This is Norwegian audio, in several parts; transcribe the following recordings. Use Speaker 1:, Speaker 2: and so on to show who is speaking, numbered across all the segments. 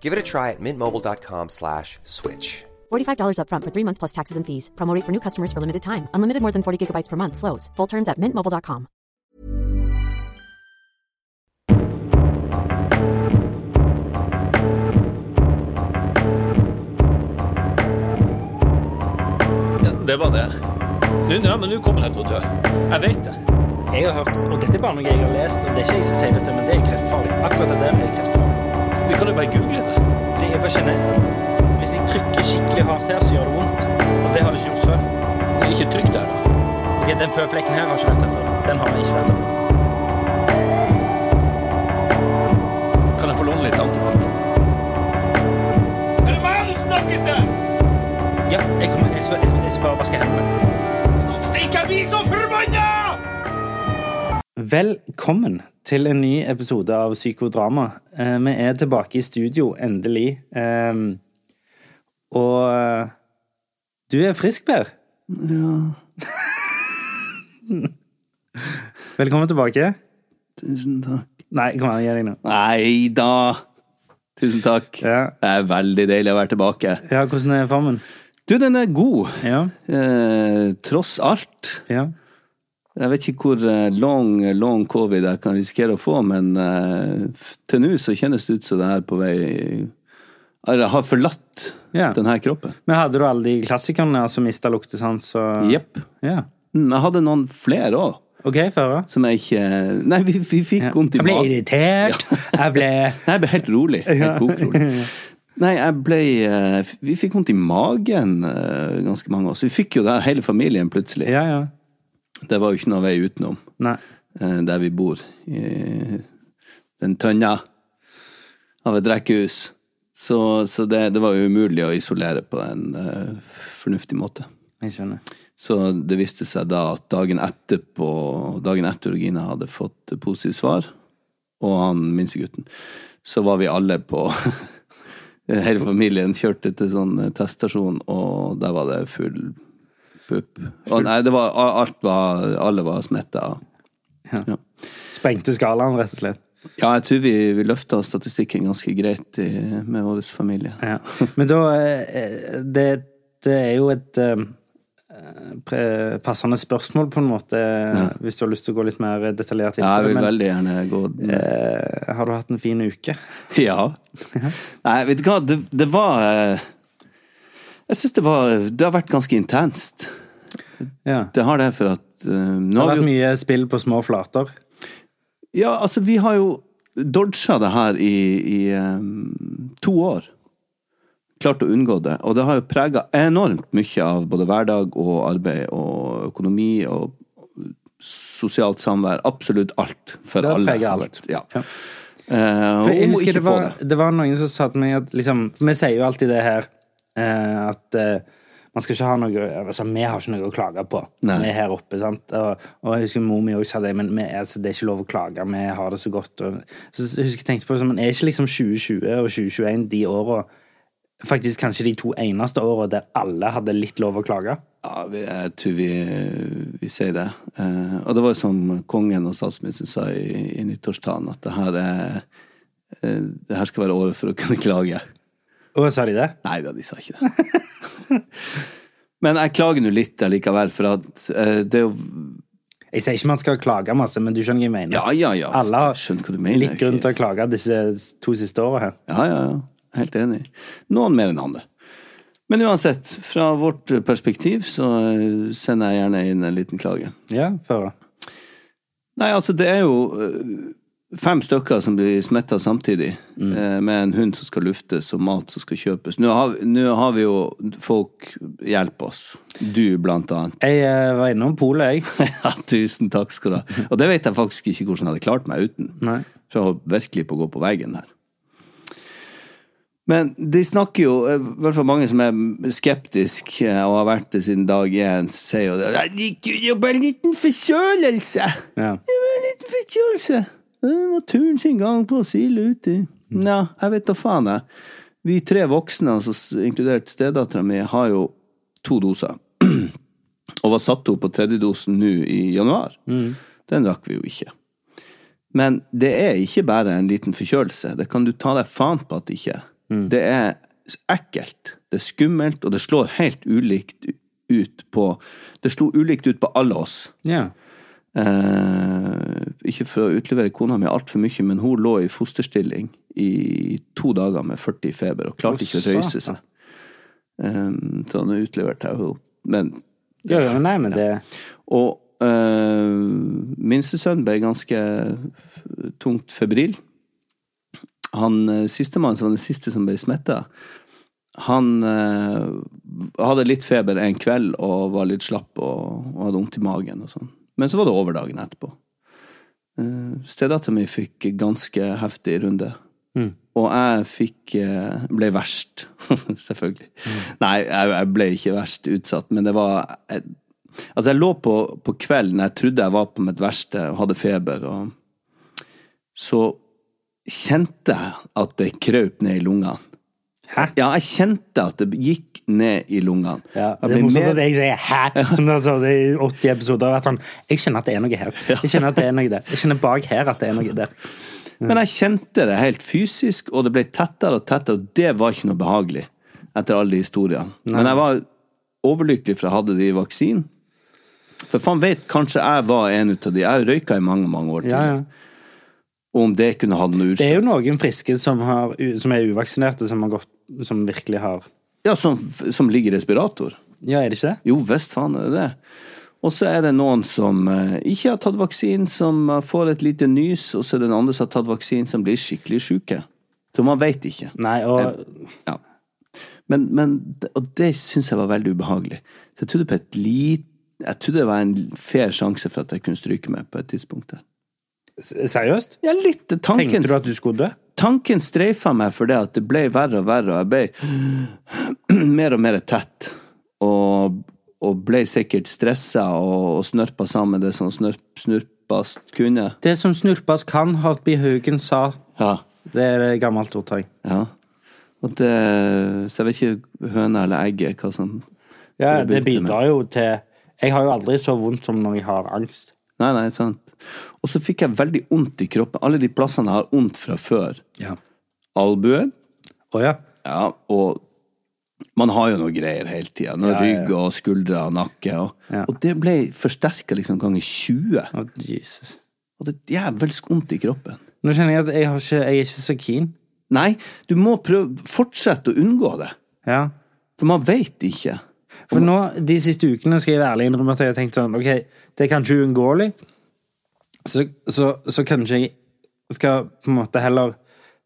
Speaker 1: Give it a try at mintmobile.com slash switch.
Speaker 2: $45 upfront for three months plus taxes and fees. Promo rate for new customers for limited time. Unlimited more than 40 gigabytes per month. Slows. Full terms at mintmobile.com.
Speaker 3: Det var det. Nå, ja, men nå kommer jeg til å dø. Jeg vet det.
Speaker 4: Jeg har hørt, og dette er bare noe jeg har lest, og det er ikke jeg som sier dette, men det er kreftfarlig. Akkurat det der blir kreftfarlig.
Speaker 3: Vi kan jo bare google det.
Speaker 4: Fordi jeg bare kjenner, hvis jeg trykker skikkelig hardt her, så gjør det vondt. Og det har det ikke gjort før.
Speaker 3: Det er ikke trygt der, da.
Speaker 4: Ok, den føflekken her har ikke vært der før. Den har jeg ikke vært der før.
Speaker 3: Kan jeg få låne litt antibac? Er det meg du snakker til?
Speaker 4: Ja, jeg kommer, jeg skal, jeg skal, jeg skal bare vaske hendene.
Speaker 3: Stikk, jeg blir så forbanna!
Speaker 5: Velkommen til en ny episode av Psykodrama. Eh, vi er tilbake i studio, endelig. Eh, og eh, du er frisk, Per. Ja. Velkommen tilbake.
Speaker 6: Tusen takk.
Speaker 5: Nei, kom an, gi deg nå.
Speaker 6: Nei da! Tusen takk.
Speaker 5: Ja.
Speaker 6: Det er veldig deilig å være tilbake.
Speaker 5: Ja, hvordan er formen?
Speaker 6: Du, den er god.
Speaker 5: Ja,
Speaker 6: Eh, tross alt.
Speaker 5: ja.
Speaker 6: Jeg vet ikke hvor eh, long, long covid jeg kan risikere å få, men eh, f- til nå så kjennes det ut som det er på vei Eller jeg har forlatt
Speaker 5: Ja.
Speaker 6: denne kroppen.
Speaker 5: Men hadde du alle de klassikerne som mista luktesans og
Speaker 6: Jepp.
Speaker 5: Ja.
Speaker 6: Mm, Jeg hadde noen flere òg,
Speaker 5: OK, føre.
Speaker 6: som jeg ikke Nei, vi, vi fikk
Speaker 5: Ja.
Speaker 6: vondt i
Speaker 5: Jeg ble
Speaker 6: magen.
Speaker 5: irritert. Jeg ble
Speaker 6: Nei, jeg ble helt rolig. Helt kokrolig. Nei, jeg ble eh, f- Vi fikk vondt i magen, eh, ganske mange av oss. Vi fikk jo det her hele familien plutselig.
Speaker 5: Ja, ja.
Speaker 6: Det var jo ikke noe vei utenom
Speaker 5: Nei.
Speaker 6: eh, der vi bor. I den tønna av et rekkehus. Så, så det, det var jo umulig å isolere på en eh, fornuftig måte.
Speaker 5: Jeg skjønner.
Speaker 6: Så det viste seg da at dagen etterpå, dagen etter Regina hadde fått positivt svar, og han minstegutten, så var vi alle på Hele familien kjørte til sånn teststasjon, og der var det full pupp. Og nei, det var, alt var, alle var smitta. Ja.
Speaker 5: Sprengte skalaen, rett og slett.
Speaker 6: ja, jeg tror vi, vi løfta statistikken ganske greit i, med vår familie.
Speaker 5: Ja. Men da eh, Det, det er jo et eh, pre- passende spørsmål, på en måte, hvis du har lyst til å gå litt mer detaljert inn
Speaker 6: Ja, jeg
Speaker 5: på det.
Speaker 6: vil
Speaker 5: Men
Speaker 6: veldig gjerne gå
Speaker 5: eh, har du hatt en fin uke?
Speaker 6: Ja. Nei, vet du hva, det, det var eh, Jeg syns det var Det har vært ganske intenst.
Speaker 5: Ja.
Speaker 6: Det har det, for at eh, nå
Speaker 5: Det har
Speaker 6: har vi
Speaker 5: vært
Speaker 6: jo
Speaker 5: mye spill på små flater.
Speaker 6: Ja, altså, vi har jo dodga det her i, i eh, to år. Klart å unngå det. Og det har jo prega enormt mye av både hverdag og arbeid og økonomi og sosialt samvær. Absolutt alt. For
Speaker 5: Det har
Speaker 6: alle.
Speaker 5: preget
Speaker 6: har
Speaker 5: alt.
Speaker 6: vært- Ja.
Speaker 5: Ja.
Speaker 6: Eh,
Speaker 5: For jeg
Speaker 6: og
Speaker 5: husker
Speaker 6: ikke
Speaker 5: det
Speaker 6: få
Speaker 5: var,
Speaker 6: det.
Speaker 5: det var noen som sa til meg at liksom, for Vi sier jo alltid det her eh, at eh, man skal ikke ha noe altså, Vi har ikke noe å klage på.
Speaker 6: Nei.
Speaker 5: Vi er her oppe, sant. Og, og jeg husker mor mi også sa det, men vi, er- altså, det er ikke lov å klage. Vi har det så godt. Og, så jeg husker jeg tenkte på det sånn, men er ikke liksom 2020 og 2021 de åra Faktisk kanskje de to eneste åra der alle hadde litt lov å klage.
Speaker 6: Ja, vi- jeg tror vi, vi sier det. Eh, og det var jo som kongen og statsministeren sa i, i nyttårstalen, at det her, er, eh, det her skal være året for å kunne klage.
Speaker 5: Og sa de det?
Speaker 6: Nei da, de sa ikke det. Men jeg klager nå litt allikevel, for at eh, det er jo
Speaker 5: Jeg sier ikke man skal klage masse, men du skjønner hva jeg mener.
Speaker 6: Ja, ja, ja.
Speaker 5: Alle har
Speaker 6: Skjønner hva du mener.
Speaker 5: litt grunn til å klage disse to siste åra her.
Speaker 6: Ja, ja, ja. Helt enig. Noen mer enn andre. Men uansett, fra vårt perspektiv så eh, sender jeg gjerne inn en liten klage.
Speaker 5: Ja, føre.
Speaker 6: Nei, altså det er jo øh, fem stykker som blir smitta samtidig, eh, med en hund som skal luftes og mat som skal kjøpes. Nå har, vi- nå har vi jo folk hjelp oss. Du, blant annet.
Speaker 5: Jeg eh, var innom polet, jeg.
Speaker 6: Ja, tusen takk skal du ha. Og det vet jeg faktisk ikke hvordan jeg hadde klart meg uten.
Speaker 5: Nei.
Speaker 6: For jeg holdt virkelig på å gå på veggen her. Men de snakker jo, eh, i hvert fall mange som er skeptisk eh, og har vært det siden dag én, sier jo det. «Nei, Det er jo bare en liten forkjølelse.
Speaker 5: Ja.
Speaker 6: Det var en liten forkjølelse. Det er naturen sin gang på å sile uti. Ja, jeg vet da faen, jeg. Vi tre voksne, altså s- inkludert stedattera mi, har jo to doser. og var satt opp på tredje dosen nå i januar. Den rakk vi jo ikke. Men det er ikke bare en liten forkjølelse. Det kan du ta deg faen på at det ikke er. Det er ekkelt, det er skummelt, og det slår helt ulikt ut på Det slo ulikt ut på alle oss.
Speaker 5: Ja.
Speaker 6: Eh, ikke for å utlevere kona mi altfor mye, men hun lå i fosterstilling i to dager med 40 i feber og klarte ikke å røyse seg. Eh, så nå utleverte jeg henne. Men,
Speaker 5: Jo, jo, nei, men det
Speaker 6: og eh, minstesønnen ble ganske tungt febril. Han eh, sistemann, som var den siste som ble smitta, han eh, hadde litt feber en kveld og var litt slapp og, og hadde vondt i magen og sånn. Men så var det over dagen etterpå. Eh, Stedattera mi fikk ganske heftig runde.
Speaker 5: Mm.
Speaker 6: Og jeg fikk eh, ble verst, selvfølgelig.
Speaker 5: Mm.
Speaker 6: Nei, jeg, jeg ble ikke verst utsatt, men det var jeg, Altså, jeg lå på, på kvelden, jeg trodde jeg var på mitt verste og hadde feber, og så kjente jeg at det krøp ned i lungene.
Speaker 5: Hæ?
Speaker 6: Ja, jeg kjente at det gikk ned i lungene. Jeg
Speaker 5: Ja, det er
Speaker 6: ble
Speaker 5: morsomt
Speaker 6: mer-
Speaker 5: at jeg sier 'hæ?' som det, altså, det er 80 episoder har vært sånn Jeg kjenner at det er noe her. Jeg kjenner at det er noe der. Jeg kjenner bak her at det er noe der. Mm.
Speaker 6: Men jeg kjente det helt fysisk, og det ble tettere og tettere, og det var ikke noe behagelig etter alle de historiene. Men jeg var overlykkelig for jeg hadde de i vaksinen. For faen vet, kanskje jeg var en ut av de. Jeg røyka i mange, mange år til.
Speaker 5: Ja, ja.
Speaker 6: Og om det kunne hatt noe
Speaker 5: Det
Speaker 6: utslag.
Speaker 5: er jo noen friske som, har, som er uvaksinerte, som, har gått, som virkelig har
Speaker 6: Ja, som, som ligger i respirator.
Speaker 5: Ja, er det ikke det?
Speaker 6: Jo visst faen er det det. Og så er det noen som eh, ikke har tatt vaksinen, som eh, får et lite nys, og så er det noen andre som har tatt vaksinen, som blir skikkelig syke. Så man veit ikke.
Speaker 5: Nei, og
Speaker 6: Ja. Men, men og det syns jeg var veldig ubehagelig. Så jeg trodde på et lit, jeg trodde det var en fair sjanse for at jeg kunne stryke meg på et tidspunkt. der.
Speaker 5: Seriøst?
Speaker 6: Ja, litt tanken,
Speaker 5: Tenkte du at du skulle dø?
Speaker 6: tanken streifa meg fordi at det ble verre og verre, og jeg ble mer og mer tett. Og, og ble sikkert stressa og, og snørpa sammen det som snørp, snurpast kunne.
Speaker 5: Det som snurpes kan, Hartby Haugen sa.
Speaker 6: Ja.
Speaker 5: Det er et gammelt ordtak.
Speaker 6: ja. Og det, så jeg vet ikke høna eller egget, hva som
Speaker 5: Ja, det
Speaker 6: begynte med.
Speaker 5: bidrar jo til Jeg har jo aldri så vondt som når jeg har angst.
Speaker 6: Nei, nei, sant. Og så fikk jeg veldig vondt i kroppen. Alle de plassene jeg har vondt fra før.
Speaker 5: Ja.
Speaker 6: Albuen.
Speaker 5: Å ja.
Speaker 6: Ja, og man har jo noe greier hele tida. Noe rygg og skuldre og nakke. Og,
Speaker 5: Ja.
Speaker 6: og det ble forsterka liksom ganger 20.
Speaker 5: Å, Jesus.
Speaker 6: Og det er jævelsk vondt i kroppen.
Speaker 5: Nå kjenner jeg at jeg, har ikke, jeg er ikke så keen.
Speaker 6: Nei, du må prøve Fortsette å unngå det.
Speaker 5: Ja.
Speaker 6: For man veit ikke.
Speaker 5: For nå, de siste ukene, skal jeg være ærlig innrømme at jeg har tenkt sånn Ok, det er kanskje uunngåelig, så, så, så kanskje jeg skal på en måte heller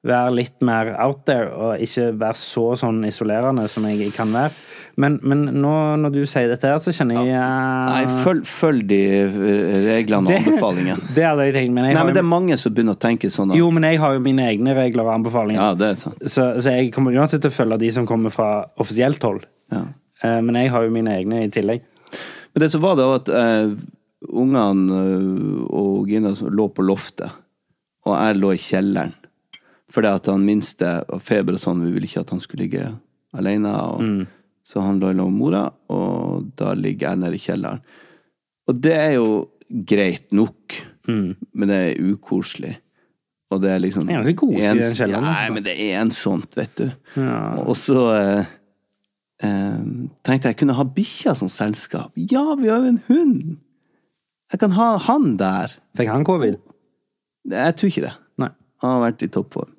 Speaker 5: være litt mer out there og ikke være så sånn isolerende som jeg kan være. Men, men nå når du sier dette her, så kjenner jeg eh,
Speaker 6: Nei, følg, følg de eh, reglene og anbefalingene.
Speaker 5: Ah. Det hadde jeg tenkt, men jeg,
Speaker 6: Nei, men det
Speaker 5: har,
Speaker 6: er mange som begynner å tenke sånn
Speaker 5: jo,
Speaker 6: at
Speaker 5: jo, men jeg har jo mine egne regler og anbefalinger.
Speaker 6: Ja, det er sant.
Speaker 5: Så, så jeg kommer uansett til å følge de som kommer fra offisielt hold.
Speaker 6: Ja.
Speaker 5: Eh, Men jeg har jo mine egne i tillegg.
Speaker 6: Men det som var, det var at eh, ungene eh, og Gina lå på loftet, og jeg lå i kjelleren. Fordi at han minste var feber og sånn, vi ville ikke at han skulle ligge alene. Og,
Speaker 5: Mm.
Speaker 6: Så han lå i lag med mora, og da ligger jeg nede i kjelleren. Og det er jo greit nok, men det er ukoselig. Og det er liksom
Speaker 5: Mm. Det er ganske koselig i den
Speaker 6: ens-
Speaker 5: kjelleren, altså. da.
Speaker 6: Nei, men det er ensomt, vet du. Og så eh, eh, tenkte jeg kunne ha bikkja som selskap. Ja, vi har jo en hund! Jeg kan ha han der.
Speaker 5: Fikk han covid?
Speaker 6: Jeg tror ikke det.
Speaker 5: Nei.
Speaker 6: Han har vært i toppform.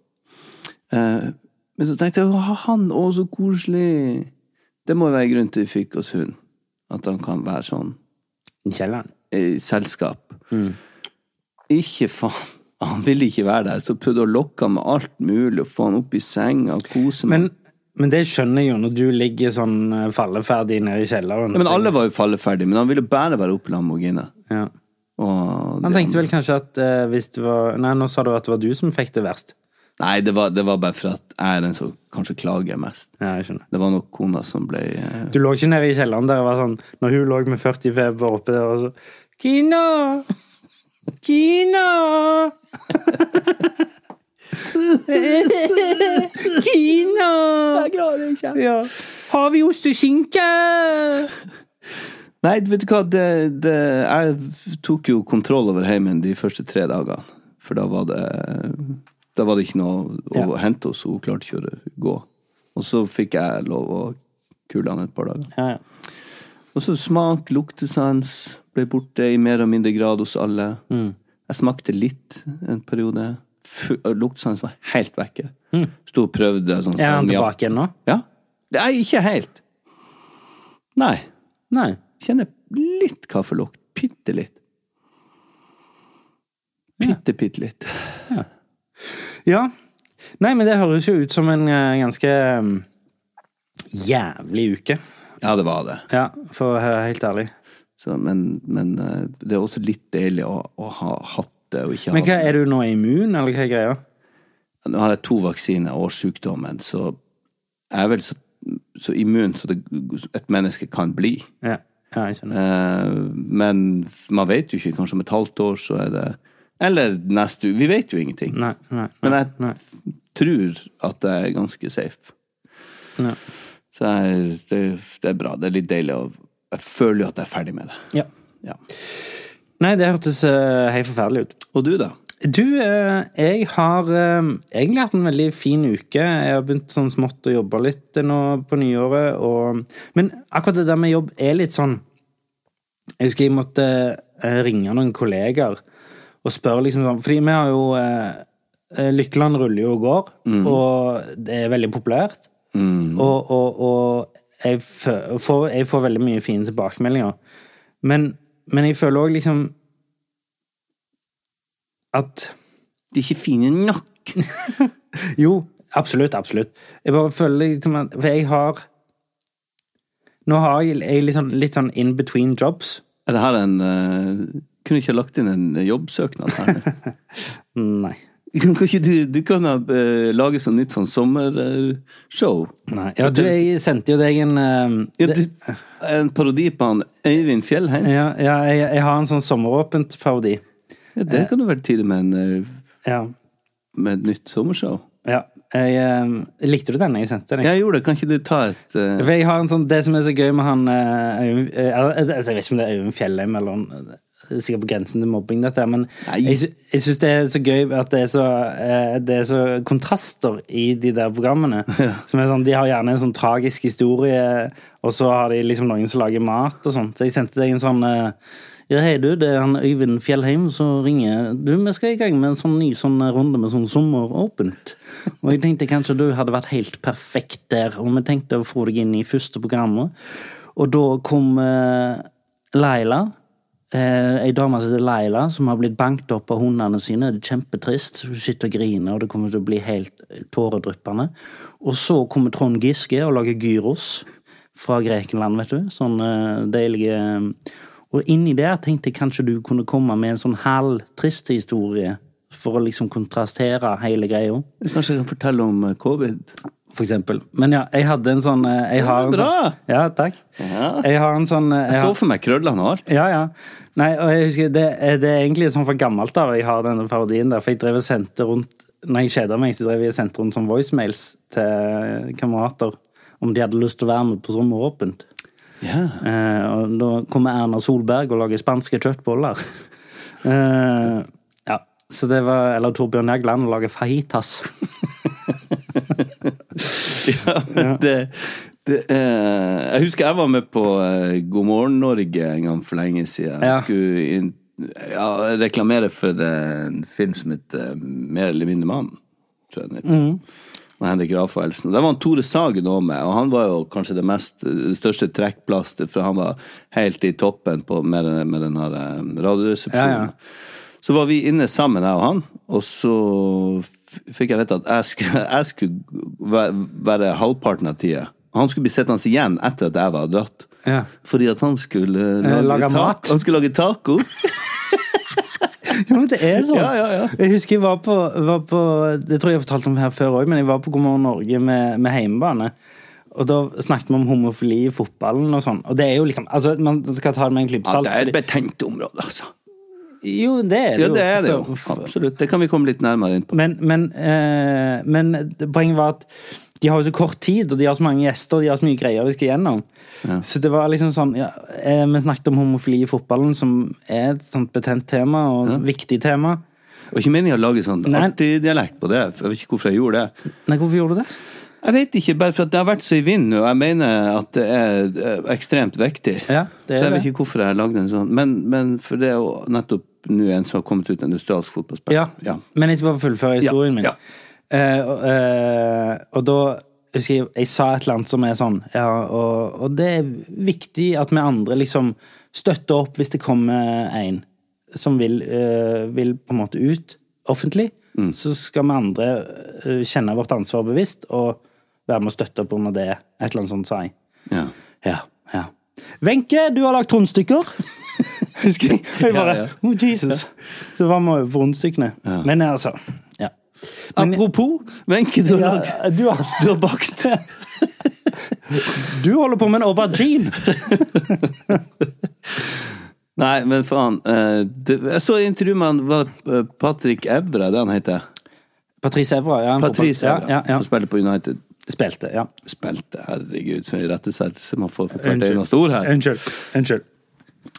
Speaker 6: Eh, Men så tenkte jeg «Å, han å, så koselig. Det må jo være grunnen til vi fikk oss hund. At han kan være sånn eh,
Speaker 5: I kjelleren.
Speaker 6: i selskap.
Speaker 5: Mm.
Speaker 6: Ikke faen. Han ville ikke være der. Så prøvde jeg å lokke han med alt mulig, og få han opp i senga, og kose meg.
Speaker 5: Men, men det skjønner jeg jo når du ligger sånn eh, falleferdig nede i kjelleren.
Speaker 6: Ja, men alle var jo falleferdige, men han ville bare være oppe i Lamborghini.
Speaker 5: Ja.
Speaker 6: Og
Speaker 5: Han
Speaker 6: det-
Speaker 5: tenkte vel kanskje at eh, hvis det var Nei, nå sa du at det var du som fikk det verst.
Speaker 6: Nei, det var, det var bare for at jeg er den som kanskje klager mest.
Speaker 5: Ja, jeg skjønner.
Speaker 6: Det var nok kona som ble eh,
Speaker 5: Du lå ikke nede i kjelleren der og var sånn Når hun lå med 40 feber oppe der og så Kina! Kina! Kina! Jeg klarer ikke. Ja. Har vi ost og skinke?
Speaker 6: Nei, vet du hva, det, det, jeg tok jo kontroll over heimen de første tre dagene. For da var det, da var det ikke noe å
Speaker 5: Ja.
Speaker 6: hente hos henne, hun klarte ikke å kjøre- gå. Og så fikk jeg lov å kule han et par dager.
Speaker 5: Ja, ja.
Speaker 6: Og så smak, luktesans ble borte i mer og mindre grad hos alle.
Speaker 5: Mm.
Speaker 6: Jeg smakte litt en periode. Fu- Luktesans var helt vekke. Sto og prøvde sånn
Speaker 5: Mm. Er han
Speaker 6: salmiakk.
Speaker 5: tilbake igjen nå?
Speaker 6: Ja. Nei, ikke helt. Nei.
Speaker 5: Nei.
Speaker 6: Kjenner litt kaffelukt. Bitte litt. Bitte, bitte litt.
Speaker 5: Ja. Nei, men det høres jo ut som en eh, ganske eh, jævlig uke.
Speaker 6: Ja, det var det.
Speaker 5: Ja, for å være helt ærlig.
Speaker 6: Så, men, men eh, det er også litt deilig å, å ha hatt det og ikke
Speaker 5: Men hva,
Speaker 6: ha det.
Speaker 5: er du nå immun, eller hva er greia?
Speaker 6: Nå har jeg to vaksiner og sykdommen, så jeg er vel så, så immun som det- et menneske kan bli.
Speaker 5: Ja, ja jeg skjønner.
Speaker 6: Eh, Men man vet jo ikke. Kanskje om et halvt år så er det Eller neste uke. Vi vet jo ingenting.
Speaker 5: Nei, nei,
Speaker 6: Men
Speaker 5: nei,
Speaker 6: jeg tror at jeg er ganske safe.
Speaker 5: Ja.
Speaker 6: Så jeg, det, det er bra. Det er litt deilig å Jeg føler jo at jeg er ferdig med det.
Speaker 5: Ja.
Speaker 6: Ja.
Speaker 5: nei, det hørtes eh, helt forferdelig ut.
Speaker 6: Og du, da?
Speaker 5: Du, eh, jeg har eh, egentlig hatt en veldig fin uke. Jeg har begynt sånn smått å jobbe litt nå på nyåret. Og, men akkurat det der med jobb er litt sånn Jeg husker jeg måtte eh, ringe noen kolleger og spørre liksom sånn Fordi vi har jo eh, eh, Lykkeland ruller jo og går, og det er veldig populært. Og, og, og jeg, fø- får, jeg får veldig mye fine tilbakemeldinger. Men, men jeg føler òg liksom at
Speaker 6: De er ikke fine nok.
Speaker 5: Jo, absolutt, absolutt. Jeg bare føler liksom at For jeg har Nå har jeg, jeg er litt sånn- litt sånn in between jobs.
Speaker 6: Er det her en eh, Kunne ikke ha lagt inn en jobbsøknad her? nå?
Speaker 5: Nei.
Speaker 6: Kan ikke du, du kan ha eh, lage sånn nytt sånn sommershow.
Speaker 5: Ja, du, jeg sendte jo deg en eh,
Speaker 6: Ja,
Speaker 5: det-
Speaker 6: du, en parodi på han Øyvind Fjellheim.
Speaker 5: ja, ja jeg, jeg har en sånn sommeråpent parodi.
Speaker 6: Ja, det kan jo være tidlig med, en, eh,
Speaker 5: Ja.
Speaker 6: med et nytt sommershow.
Speaker 5: ja. Jeg, eh, likte du den jeg sendte deg?
Speaker 6: Jeg gjorde det. Kan ikke du ta et eh,
Speaker 5: For jeg har en sånn, Det som er så gøy med han eh, Øyvind- eh, altså, Jeg vet ikke om det er Øyvind Fjellheim eller han- det er sikkert på grensen til mobbing, dette her, men
Speaker 6: Nei.
Speaker 5: jeg, sy- jeg syns det er så gøy at det er så, eh, det er så kontraster i de der programmene. Som er sånn, De har gjerne en sånn tragisk historie, og så har de liksom noen som lager mat og sånt. Så jeg sendte deg en sånn eh, Ja, hei du, det er han Øyvind Fjellheim som ringer. Du, vi skal i gang med en sånn ny sånn runde med sånn sommeråpent. Og jeg tenkte kanskje du hadde vært helt perfekt der, og vi tenkte å få deg inn i første programmet. Og da kom eh, Laila. Eh, ei dame som heter Laila, som har blitt banket opp av hundene sine. Det er kjempetrist. Hun sitter og griner, og det kommer til å bli helt eh, tåredryppende. Og så kommer Trond Giske og lager gyros fra Grekenland, vet du. Sånn eh, deilige eh, Og inni der tenkte jeg kanskje du kunne komme med en sånn halvtrist historie. For å liksom kontrastere hele greia,
Speaker 6: Kanskje jeg kan fortelle om eh, covid?
Speaker 5: for eksempel. Men ja, jeg hadde en sånn eh, jeg har en
Speaker 6: bra!
Speaker 5: Sånn, ja, takk.
Speaker 6: Ja.
Speaker 5: Jeg har en sånn eh,
Speaker 6: Jeg
Speaker 5: har-
Speaker 6: så for meg krøllene og alt.
Speaker 5: Ja, ja. Nei, og jeg husker, det, er- det er egentlig sånn for gammelt av jeg har denne parodien der, for jeg drev og sendte rundt Når jeg kjeda meg, så drev jeg og sendte rundt sånn voicemails til kamerater om de hadde lyst til å være med på Sommeråpent.
Speaker 6: Ja.
Speaker 5: Eh, og da kommer Erna Solberg og lager spanske kjøttboller. Eh, ja. Så det var Eller Torbjørn Jagland og lager fajitas.
Speaker 6: Det, det, eh, jeg husker jeg var med på eh, God morgen Norge en gang for lenge siden. Jeg
Speaker 5: Ja.
Speaker 6: skulle inn, ja, eh,
Speaker 5: Mm.
Speaker 6: reklamere for eh, en film som heter Mer eller mindre mann. tror jeg den heter. og Henrik Rafaelsen. Og Der var han Tore Sagen òg med, og han var jo kanskje det, mest, eh, det største trekkplasteret, for han var helt i toppen på, med, den- med den her eh, radioresepsjonen.
Speaker 5: Ja, ja.
Speaker 6: Så var vi inne sammen, jeg og han, og så f- fikk jeg vite at jeg skulle, jeg skulle væ- være halvparten av tida. Han skulle bli sittende igjen etter at jeg var dratt.
Speaker 5: Ja.
Speaker 6: Fordi at han skulle eh, lage,
Speaker 5: lage
Speaker 6: ta-
Speaker 5: mat.
Speaker 6: Han skulle lage taco.
Speaker 5: Ja, men det er sånn.
Speaker 6: Ja, ja, ja.
Speaker 5: Jeg husker jeg var på, var på Det tror jeg jeg har fortalt om her før òg, men jeg var på God morgen Norge med, med heimebane. Og da snakket vi om homofili i fotballen og sånn. Og det er jo liksom altså, Man skal ta det med en klype
Speaker 6: Ja,
Speaker 5: salt.
Speaker 6: det er et
Speaker 5: fordi-
Speaker 6: betent område, altså.
Speaker 5: jo, det er det
Speaker 6: Ja,
Speaker 5: jo.
Speaker 6: det er det
Speaker 5: Så-
Speaker 6: jo. Absolutt. Det kan vi komme litt nærmere inn på.
Speaker 5: Men, men, eh, men poenget var at de har jo så kort tid, og de har så mange gjester, og de har så mye greier vi skal gjennom. Så det var liksom sånn ja, eh, Vi snakket om homofili i fotballen, som er et sånt betent tema, og et viktig tema.
Speaker 6: Og ikke meningen å lage sånn
Speaker 5: Nei.
Speaker 6: artig dialekt på det. for Jeg vet ikke hvorfor jeg gjorde det.
Speaker 5: Nei, hvorfor gjorde du det?
Speaker 6: Jeg vet ikke, bare for at det har vært så i vinden, og jeg mener at det er eh, ekstremt viktig.
Speaker 5: Ja, det er
Speaker 6: så jeg vet
Speaker 5: det.
Speaker 6: ikke hvorfor jeg lagde en sånn. Men, men for det er jo nettopp nå en som har kommet ut, en australsk fotballspiller.
Speaker 5: Ja. Men jeg skal bare fullføre historien
Speaker 6: Ja,
Speaker 5: min.
Speaker 6: ja.
Speaker 5: Eh, og, eh, og da husker jeg jeg sa et eller annet som er sånn ja, og, og det er viktig at vi andre liksom støtter opp hvis det kommer en som vil, eh, vil på en måte ut offentlig.
Speaker 6: Mm.
Speaker 5: Så skal vi andre eh, kjenne vårt ansvar bevisst og være med å støtte opp under det. Et eller annet sånt sa jeg.
Speaker 6: Ja.
Speaker 5: Ja, ja. Wenche, du har lagt rundstykker. Husker jeg. Og jeg bare
Speaker 6: Ja, ja.
Speaker 5: Oh, Jesus. Så var vi over på rundstykkene. Men altså ja. Men-
Speaker 6: Apropos, Wenche, du har
Speaker 5: Ja,
Speaker 6: lagd
Speaker 5: du, har-
Speaker 6: Du har bakt.
Speaker 5: du holder på med en aubergine!
Speaker 6: Nei, men faen. eh, det, jeg så et intervju med han, var det eh, Patrick Evra, det han heter?
Speaker 5: Patrice Evra, ja. en
Speaker 6: Patrice
Speaker 5: fotball-
Speaker 6: Evra,
Speaker 5: ja, ja, ja.
Speaker 6: som spiller på United.
Speaker 5: Spilte, ja.
Speaker 6: Spilte, herregud, for en irettesettelse man får for hvert
Speaker 5: Unnskyld.
Speaker 6: eneste ord her.
Speaker 5: Unnskyld. Unnskyld.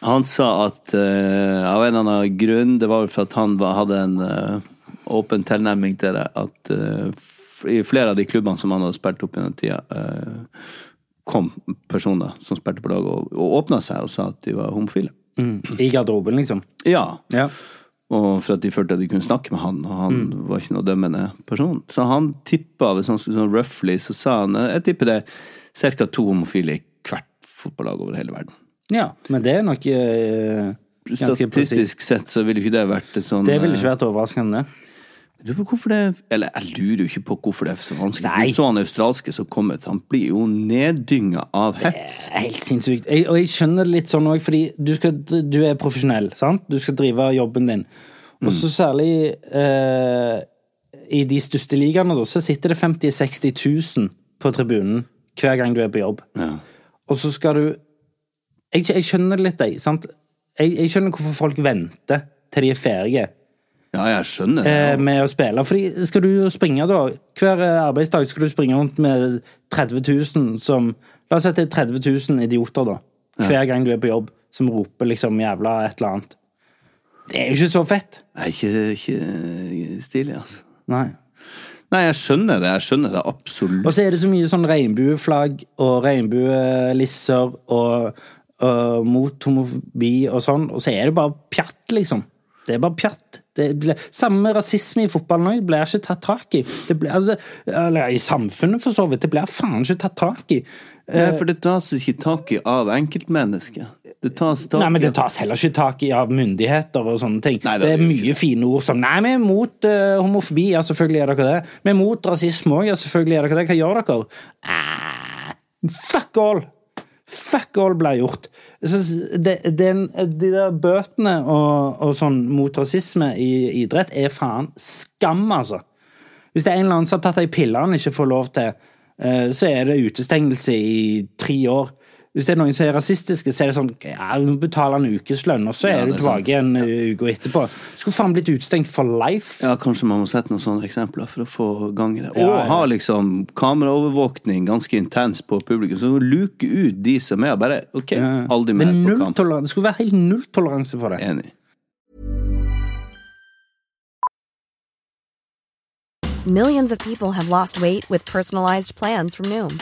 Speaker 6: Han sa at eh, av en eller annen grunn, det var vel for at han var, hadde en eh, åpen tilnærming til det, at eh, f- i flere av de klubbene som han hadde spilt opp gjennom tida, eh, kom personer som spilte på lag og, og åpna seg og sa at de var homofile.
Speaker 5: Mm. I garderoben, liksom.
Speaker 6: Ja.
Speaker 5: Ja.
Speaker 6: Og for at de følte at de kunne snakke med han, og han var ikke noe dømmende person. Så han tippa ved sånn, sånn roughly, så sa han eh, jeg tipper det er ca. to homofile i hvert fotballag over hele verden.
Speaker 5: ja. Men det er nok eh, ganske presist.
Speaker 6: Statistisk sett så ville ikke det vært et sånn
Speaker 5: Det ville
Speaker 6: eh,
Speaker 5: ikke vært overraskende.
Speaker 6: Jeg lurer på hvorfor det Eller jeg lurer jo ikke på hvorfor det er så vanskelig.
Speaker 5: Nei.
Speaker 6: Du så han australske som kom ut. Han blir jo neddynga av hets.
Speaker 5: Det er Helt sinnssykt. Jeg, og jeg skjønner det litt sånn òg, fordi du, skal, du er profesjonell. sant? Du skal drive jobben din. Og så særlig eh, i de største ligaene, da, så sitter det 50 000-60 000 på tribunen hver gang du er på jobb. Og så skal du Jeg, jeg skjønner det litt, jeg. sant? Jeg, jeg skjønner hvorfor folk venter til de er ferdige
Speaker 6: Ja, jeg skjønner det.
Speaker 5: eh, med å spille. Fordi skal du jo springe da, hver eh, arbeidsdag skal du springe rundt med 30 000 som La oss si at det er 30 000 idioter, da. Hver gang du er på jobb, som roper liksom jævla et eller annet. Det er jo ikke så fett.
Speaker 6: Det er ikke, ikke stilig, altså.
Speaker 5: Nei.
Speaker 6: Nei, jeg skjønner det. Jeg skjønner det absolutt.
Speaker 5: Og så er det så mye sånn regnbueflagg og regnbuelisser og, og mot homofobi og sånn, og så er det bare pjatt, liksom. Det er bare pjatt. Det ble, samme rasisme i fotballen òg blir ikke tatt tak i. Det blir, altså, eller i samfunnet, for så vidt. Det blir faen ikke tatt tak i.
Speaker 6: Nei, for det tas ikke tak i av enkeltmennesket. Det tas tak i
Speaker 5: Nei, men Det tas heller ikke tak i av myndigheter og sånne ting.
Speaker 6: Nei, det
Speaker 5: det,
Speaker 6: er
Speaker 5: er
Speaker 6: det
Speaker 5: mye fine ord som Nei, vi er mot eh, homofobi, ja, selvfølgelig er dere det. Vi er mot rasisme òg, ja, selvfølgelig er dere det. Hva gjør dere? Ah, fuck all! Fuck all ble gjort. Jeg synes det, det, er en- de der bøtene og, og sånn mot rasisme i idrett er faen skam, altså. Hvis det er en eller annen som har tatt ei pille han ikke får lov til, eh, så er det utestengelse i tre år. Hvis det er noen som er rasistiske, så er det sånn ja, Du betaler en ukeslønn, og så er
Speaker 6: Ja,
Speaker 5: du
Speaker 6: det er sant.
Speaker 5: tilbake en eh, uke etterpå. Skulle faen blitt utestengt for life.
Speaker 6: Ja, kanskje man må sette noen sånne eksempler for å få gang i det. Og
Speaker 5: Ja, ja.
Speaker 6: ha liksom kameraovervåkning ganske intens på publikum. Så luke ut de som er, og bare OK, aldri
Speaker 5: det, er
Speaker 6: mer på
Speaker 5: null
Speaker 6: kamp.
Speaker 5: toleran- det skulle være helt nulltoleranse for det.
Speaker 6: Enig.
Speaker 7: Millions of people have lost weight with personalized plans from Noom,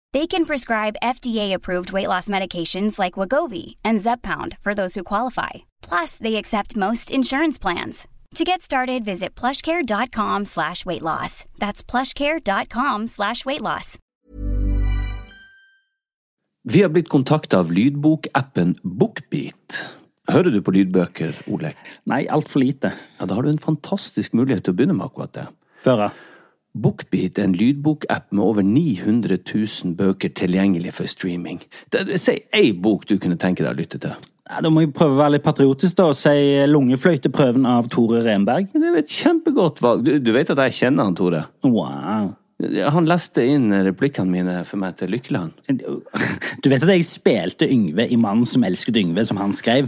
Speaker 8: They can prescribe FDA-approved weight loss medications like Wagovi and Zepbound for those who qualify. Plus, they accept most insurance plans. To get started, visit plushcare.com slash weight loss. That's plushcare.com slash weight loss.
Speaker 6: Vi har blitt kontakta av lydbokappen Bookbeat. Hører du på lydbøker, Olek?
Speaker 5: Nei, altfor lite.
Speaker 6: Ja, Da har du en fantastisk mulighet til å begynne med akkurat det.
Speaker 5: Før jeg.
Speaker 6: Bookbeat er en lydbokapp med over 900 000 bøker tilgjengelig for streaming. Det, det, si ei bok du kunne tenke deg å lytte til.
Speaker 5: Ja, Da må jeg prøve å være litt patriotisk da, og si eh, Lungefløyteprøven av Tore Renberg.
Speaker 6: Det er jo et kjempegodt valg. Du, du vet at jeg kjenner han, Tore?
Speaker 5: Wow.
Speaker 6: Han leste inn replikkene mine for meg til Lykkeland.
Speaker 5: Du vet at jeg spilte Yngve i Mannen som elsket Yngve, som han skrev?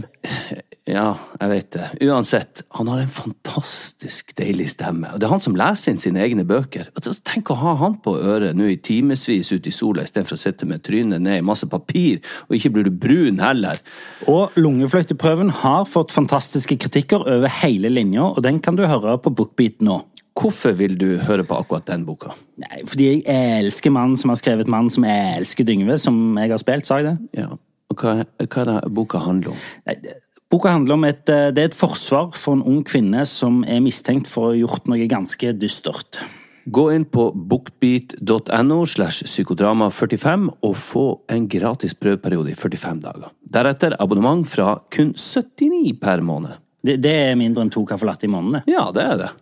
Speaker 6: Ja, jeg vet det. Uansett, han har en fantastisk deilig stemme, og det er han som leser inn sine egne bøker. Altså, tenk å ha han på øret nå i timevis ute i sola istedenfor å sitte med trynet ned i masse papir, og ikke blir du brun heller.
Speaker 5: Og Lungefløyteprøven har fått fantastiske kritikker over hele linja, og den kan du høre på Bookbeat nå.
Speaker 6: Hvorfor vil du høre på akkurat den boka?
Speaker 5: Nei, fordi jeg elsker mannen som har skrevet 'Mannen som elsker Yngve', som jeg har spilt, sa jeg det?
Speaker 6: Ja, og hva, hva er det boka handler om?
Speaker 5: Nei, det- Boka handler om et, eh, det er et forsvar for en ung kvinne som er mistenkt for å ha gjort noe ganske dystert.
Speaker 6: Gå inn på bookbeat.no slash psykodrama45 og få en gratis prøveperiode i 45 dager. Deretter abonnement fra kun 79 per måned.
Speaker 5: Det, det er mindre enn to caffè latte i måneden. det.
Speaker 6: Ja, det er det.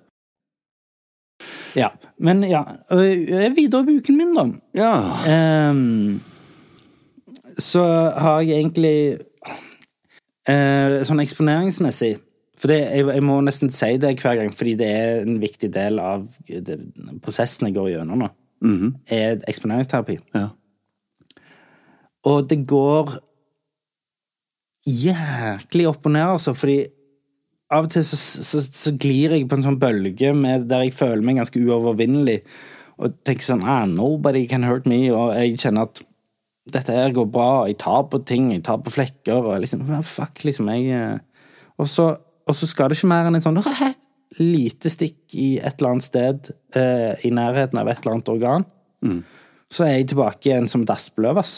Speaker 5: Ja. Men ja, øh, videre på uken min, da.
Speaker 6: Ja.
Speaker 5: Ehm, så har jeg egentlig eh, Sånn eksponeringsmessig For det, jeg, jeg må nesten si det hver gang, fordi det er en viktig del av det, prosessen jeg går gjennom nå, er eksponeringsterapi.
Speaker 6: Ja.
Speaker 5: Og det går jæklig opp og ned, altså, fordi av og til så, så, så glir jeg på en sånn bølge med, der jeg føler meg ganske uovervinnelig, og tenker sånn ah, Nobody can hurt me, og jeg kjenner at dette her går bra, jeg tar på ting, jeg tar på flekker, og liksom «Ah, Fuck, liksom, jeg eh». og så, og så skal det ikke mer enn en sånn lite stikk i et eller annet sted eh, i nærheten av et eller annet organ. Så er jeg tilbake igjen som dassbløv, ass.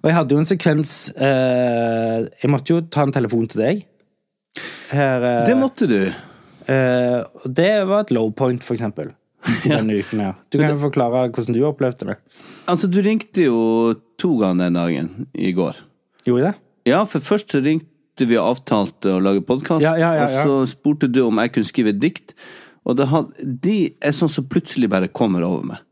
Speaker 5: Og jeg hadde jo en sekvens eh, Jeg måtte jo ta en telefon til deg. Her, eh,
Speaker 6: Det måtte du.
Speaker 5: eh, og det var et low point, for eksempel. Denne uken her. Du kan jo forklare hvordan du opplevde det.
Speaker 6: Altså, du ringte jo to ganger den dagen i går.
Speaker 5: Gjorde jeg det?
Speaker 6: Ja, for først så ringte vi og avtalte å lage podkast,
Speaker 5: Ja, ja, ja, ja.
Speaker 6: og så spurte du om jeg kunne skrive et dikt. Og det had, de er sånn som plutselig bare kommer over meg.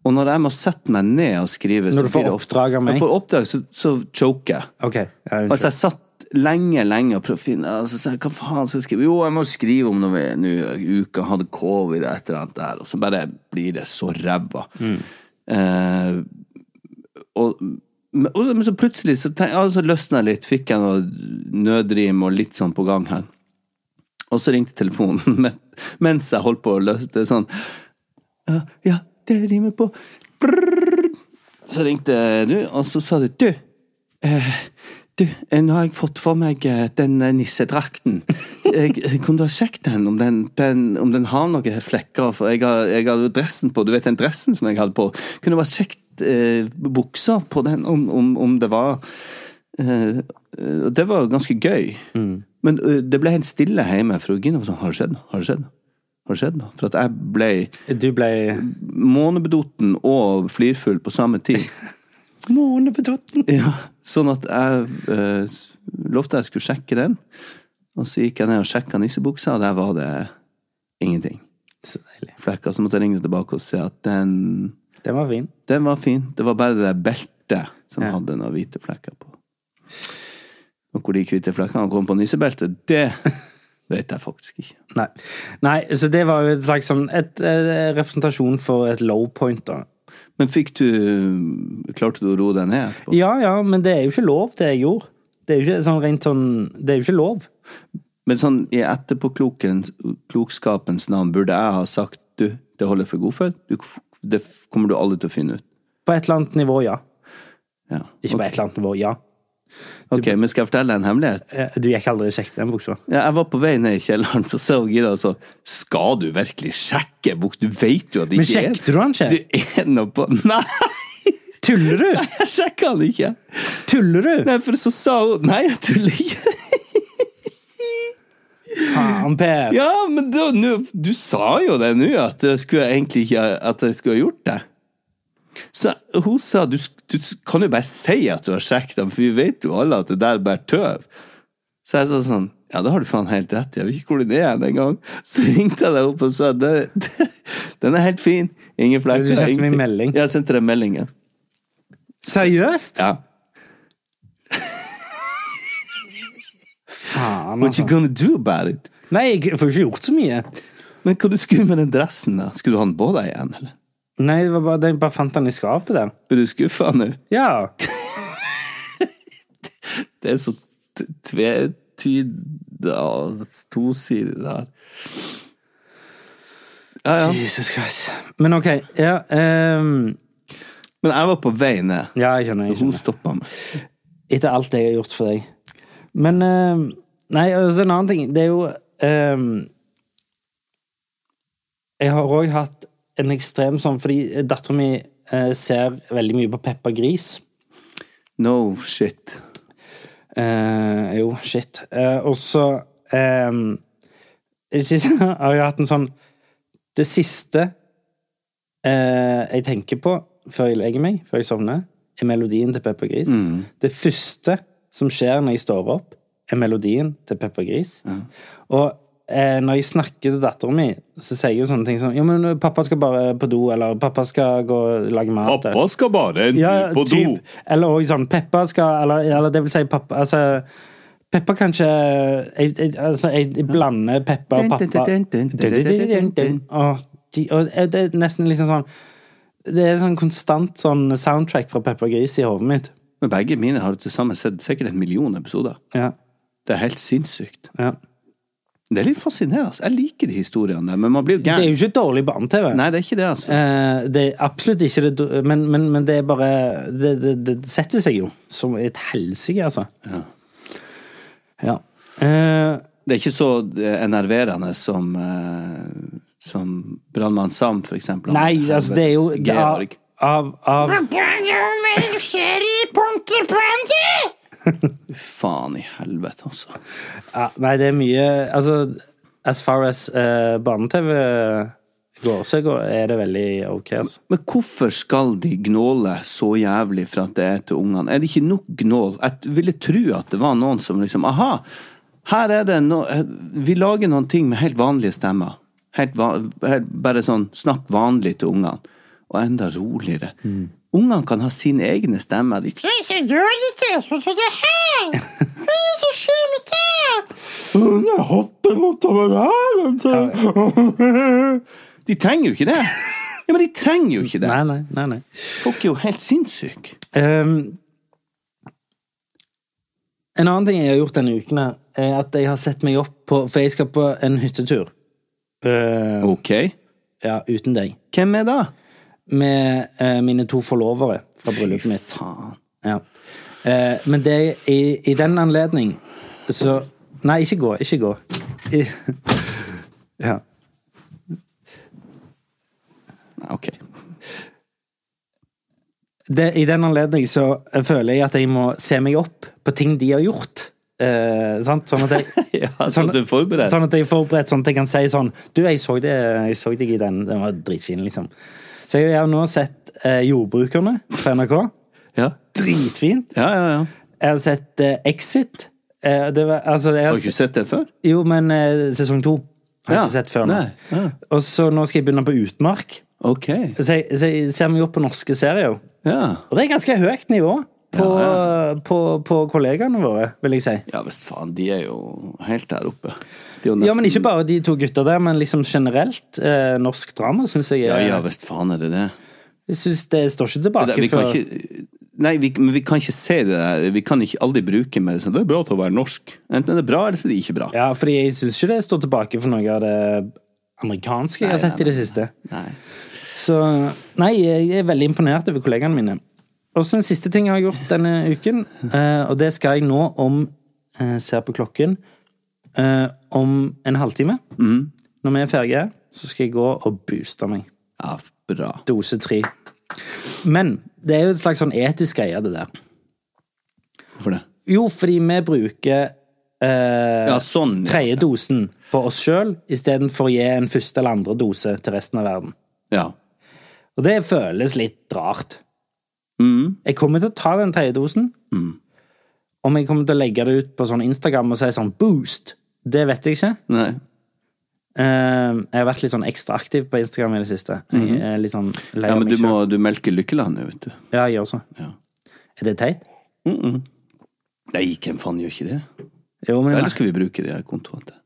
Speaker 6: Og når jeg må sette meg ned og skrive
Speaker 5: Når du
Speaker 6: så blir
Speaker 5: får
Speaker 6: ofte-
Speaker 5: oppdrag av
Speaker 6: Når
Speaker 5: meg?
Speaker 6: jeg får oppdrag, så, så choker jeg.
Speaker 5: Ok. ja, unnskyld.
Speaker 6: Altså, jeg satt lenge, lenge og prøvde å finne altså, så jeg, Hva faen skal jeg skrive? Jo, jeg må skrive om noe nå i uka, hadde covid og et eller annet der, og så bare blir det så ræva. Eh, og men, og, men så plutselig så, tenk, ja, så løsna jeg litt, fikk jeg noe nødrim og litt sånn på gang her. Og så ringte telefonen men, mens jeg holdt på å løse det sånn. «Ja, Ja, det rimer på Brrrr. Så ringte du, og så sa du Du, eh, du eh, nå har jeg fått for meg eh, den eh, nissedrakten. Jeg, jeg kunne du ha sjekket den om den, den, om den har noen flekker? For jeg har, jeg har jo dressen på, du vet den dressen som jeg hadde på. Kunne du bare sjekket eh, buksa på den, om, om, om det var eh, eh, Og det var ganske gøy. Men eh, det ble helt stille hjemme. for Gina var sånn Har det skjedd noe? Har det skjedd noe? Har det skjedd noe? For at jeg ble
Speaker 5: Du ble
Speaker 6: månebedotten og flirfull på samme tid.
Speaker 5: månebetotten.
Speaker 6: Ja, sånn at jeg eh, s- lovte jeg skulle sjekke den. Og så gikk jeg ned og sjekka nissebuksa, og der var det ingenting.
Speaker 5: Så deilig.
Speaker 6: Flekker. Så måtte jeg ringe tilbake og se at den
Speaker 5: Den var fin.
Speaker 6: Den var fin. Det var bare det der beltet som hadde noen hvite flekker på. Og hvor de hvite flekkene kom på nissebeltet, det vet jeg faktisk ikke.
Speaker 5: Nei. Nei, så det var jo et slags sånn et, eh, representasjon for et low point, da.
Speaker 6: Men fikk du Klarte du å roe deg ned etterpå?
Speaker 5: Ja, ja, men det er jo ikke lov, det jeg gjorde. Det er jo ikke sånn rent sånn Det er jo ikke lov.
Speaker 6: Men sånn i etterpåklokskapens navn burde jeg ha sagt du, det holder for god for. Du, det f- kommer du aldri til å finne ut.
Speaker 5: På et eller annet nivå, ja.
Speaker 6: Ja.
Speaker 5: Ikke på et eller annet nivå, ja.
Speaker 6: Ok, men skal jeg fortelle en hemmelighet?
Speaker 5: Eh, Du gikk aldri kjekt i den buksa.
Speaker 6: Ja, jeg var på vei ned i kjelleren, så sa Gida sånn Skal du virkelig sjekke bok? Du vet jo at det
Speaker 5: Men
Speaker 6: ikke er
Speaker 5: sjekket du han ikke?
Speaker 6: Det er noe på Nei!
Speaker 5: Tuller du?
Speaker 6: Nei, jeg sjekka han ikke.
Speaker 5: Tuller du?
Speaker 6: Nei, for så sa hun Nei, jeg tuller ikke.
Speaker 5: Faen, Per.
Speaker 6: Ja, men da, nå- du sa jo det nå, at jeg skulle egentlig ikke At jeg skulle ha gjort det. Så hun sa du, sk- du s- kan jo bare si at du har sjekket ham, for vi vet jo alle at det der bare tøv. Så jeg sa sånn Ja, det har du faen helt rett i, jeg vet ikke hvor den er en gang. Så ringte jeg deg opp og sa det, det, den er helt fin. Ingen flekker.
Speaker 5: Du sendte meg
Speaker 6: ingenting.
Speaker 5: melding.
Speaker 6: Ja, jeg sendte deg melding. ja.
Speaker 5: Seriøst?
Speaker 6: Ja.
Speaker 5: Faen,
Speaker 6: What you
Speaker 5: altså.
Speaker 6: gonna do about it?
Speaker 5: Nei, jeg får jo ikke gjort så mye.
Speaker 6: Men hva du skulle med den dressen, da? Skulle du ha den på deg igjen, eller?
Speaker 5: Nei, det var bare, jeg bare fant han i skapet der.
Speaker 6: Blir du skuffa nå?
Speaker 5: Ja.
Speaker 6: Det er så t- tvetydig og tosidig det her. Ja, ja.
Speaker 5: Jesus Christ. Men ok, ja ehm,
Speaker 6: Men jeg var på vei ned,
Speaker 5: Ja, jeg skjønner.
Speaker 6: så hun
Speaker 5: Jeg skjønner.
Speaker 6: stoppa meg.
Speaker 5: Etter alt det jeg har gjort for deg. Men ehm, Nei, og så en annen ting. Det er jo ehm, Jeg har òg hatt en ekstrem sånn fordi dattera mi ser veldig mye på Peppa Gris.
Speaker 6: No shit.
Speaker 5: Eh, jo, shit. Eh, og så eh, det siste- har jeg hatt en sånn Det siste eh, jeg tenker på før jeg legger meg, før jeg sovner, er melodien til Pepper Gris. Det første som skjer når jeg står opp, er melodien til Pepper Gris. Og eh, når jeg snakker til datteren min så sier jeg jo sånne ting som Jo, men pappa skal bare på do, eller pappa skal gå og lage mat. eller-
Speaker 6: skal bare en
Speaker 5: ja, typ. Eller også sånn Peppa skal Eller, eller det vil si pappa Altså Peppa kan ikke jeg, jeg, altså, jeg, jeg blander Peppa og pappa. Og, de, og det er nesten liksom sånn Det er sånn konstant sånn soundtrack fra Peppa Gris i hodet mitt.
Speaker 6: Men begge mine har til sammen sett sikkert en million episoder.
Speaker 5: Ja,
Speaker 6: Det er helt sinnssykt.
Speaker 5: ja.
Speaker 6: Det er litt fascinerende. altså. Jeg liker de historiene der, men man blir jo
Speaker 5: Det er jo
Speaker 6: gæren.
Speaker 5: ikke dårlig barne-TV.
Speaker 6: Nei, det er ikke det, altså.
Speaker 5: Eh, det er absolutt ikke det, do- men, men, men det er bare det, det, det setter seg jo som et helsike, altså.
Speaker 6: Ja.
Speaker 5: Ja. Eh,
Speaker 6: Det er ikke så eh, enerverende som eh, som Brannmann Sam, for eksempel. Han
Speaker 5: Nei, altså det er jo
Speaker 6: helvetes
Speaker 5: det er av,
Speaker 6: Georg.
Speaker 5: av, av
Speaker 6: Faen i helvete, altså.
Speaker 5: ja, Nei, det er mye Altså, as far as eh, barne-TV går, så går, er det veldig ok, altså.
Speaker 6: Men hvorfor skal de gnåle så jævlig for at det er til ungene? Er det ikke nok gnål? Jeg ville tro at det var noen som liksom Aha! Her er det no Vi lager noen ting med helt vanlige stemmer. Helt va helt, bare sånn snakk vanlig til ungene. Og enda roligere. Ungene kan ha sine egne stemmer. De Jeg hopper bortover der De trenger jo ikke det. Ja, men de trenger jo ikke det.
Speaker 5: Nei, nei, nei. nei.
Speaker 6: Folk er jo helt sinnssyke.
Speaker 5: Ehm, en annen ting jeg har gjort denne uken, her, er at jeg har sett meg opp på For jeg skal på en hyttetur. Eh,
Speaker 6: Ok.
Speaker 5: Ja, uten deg.
Speaker 6: Hvem er det?
Speaker 5: Med eh, mine to forlovere fra bryllupet mitt.
Speaker 6: Faen.
Speaker 5: Ja. Eh, men det i, i den anledning så Nei, ikke gå. Ikke gå. I, ja.
Speaker 6: Nei, Ok.
Speaker 5: det, I den anledning så føler jeg at jeg må se meg opp på ting de har gjort. Eh, sant? Sånn at jeg
Speaker 6: Ja, sånn at du er forberedt.
Speaker 5: Sånn at jeg er forberedt, sånn at jeg kan si sånn Du, jeg så, det, jeg så deg i den. Den var dritfin, liksom. Så jeg har nå sett eh, Jordbrukerne på NRK.
Speaker 6: Ja,
Speaker 5: Dritfint.
Speaker 6: ja, ja. ja.
Speaker 5: Jeg har sett eh, Exit. Eh, det var, altså, jeg
Speaker 6: Har
Speaker 5: har
Speaker 6: du ikke sett det før?
Speaker 5: Jo, men eh, sesong to har jeg
Speaker 6: Ja,
Speaker 5: ikke sett før nå.
Speaker 6: nei, ja.
Speaker 5: Og så nå skal jeg begynne på Utmark.
Speaker 6: Ok.
Speaker 5: Så, jeg- så jeg ser vi jo på norske serier. Og det er ganske høyt nivå på, på, på kollegaene våre, vil jeg si.
Speaker 6: Ja visst faen, de er jo helt der oppe. De er jo
Speaker 5: Ja, men
Speaker 6: nesten-
Speaker 5: ikke bare de to gutta der, men liksom generelt. Eh, norsk drama syns jeg
Speaker 6: Ja,
Speaker 5: er
Speaker 6: ja visst faen er det det.
Speaker 5: Jeg synes det står ikke
Speaker 6: Det
Speaker 5: tilbake
Speaker 6: der, vi kan
Speaker 5: for-
Speaker 6: ikke, nei, vi, men vi kan ikke se det der. Vi kan ikke aldri bruke mer sånn Det er bra til å være norsk. Enten er det bra, eller så er det ikke bra.
Speaker 5: Ja, fordi jeg syns ikke det står tilbake for noe av det amerikanske jeg
Speaker 6: Nei,
Speaker 5: har sett
Speaker 6: nei,
Speaker 5: i det
Speaker 6: nei,
Speaker 5: siste.
Speaker 6: Nei.
Speaker 5: Så nei, jeg er veldig imponert over kollegaene mine. Og så en siste ting jeg har gjort denne uken, eh, og det skal jeg nå om eh, Ser på klokken. eh, Om en halvtime,
Speaker 6: Mhm.
Speaker 5: når vi er ferdige, så skal jeg gå og booste meg.
Speaker 6: Ja, bra.
Speaker 5: Dose tre. Men det er jo et slags sånn etisk greie, det der.
Speaker 6: Hvorfor det?
Speaker 5: Jo, fordi vi bruker eh,
Speaker 6: Ja, sånn, ja.
Speaker 5: tredje dosen på oss sjøl istedenfor å gi en første eller andre dose til resten av verden.
Speaker 6: Ja.
Speaker 5: Og det føles litt rart.
Speaker 6: Mm.
Speaker 5: Jeg kommer til å ta den tredje dosen. Om jeg kommer til å legge det ut på sånn Instagram og si sånn boost, det vet jeg ikke.
Speaker 6: Nei.
Speaker 5: Eh, jeg har vært litt sånn ekstra aktiv på Instagram i det siste. Jeg er litt sånn
Speaker 6: Mm. Ja,
Speaker 5: lei av
Speaker 6: men
Speaker 5: meg
Speaker 6: du
Speaker 5: selv.
Speaker 6: må du melke Lykkeland nå, vet du.
Speaker 5: Ja, jeg gjør så. Er det teit?
Speaker 6: Nei, hvem faen gjør ikke det?
Speaker 5: Jo, men-
Speaker 6: Eller skal vi bruke de her kontoene til?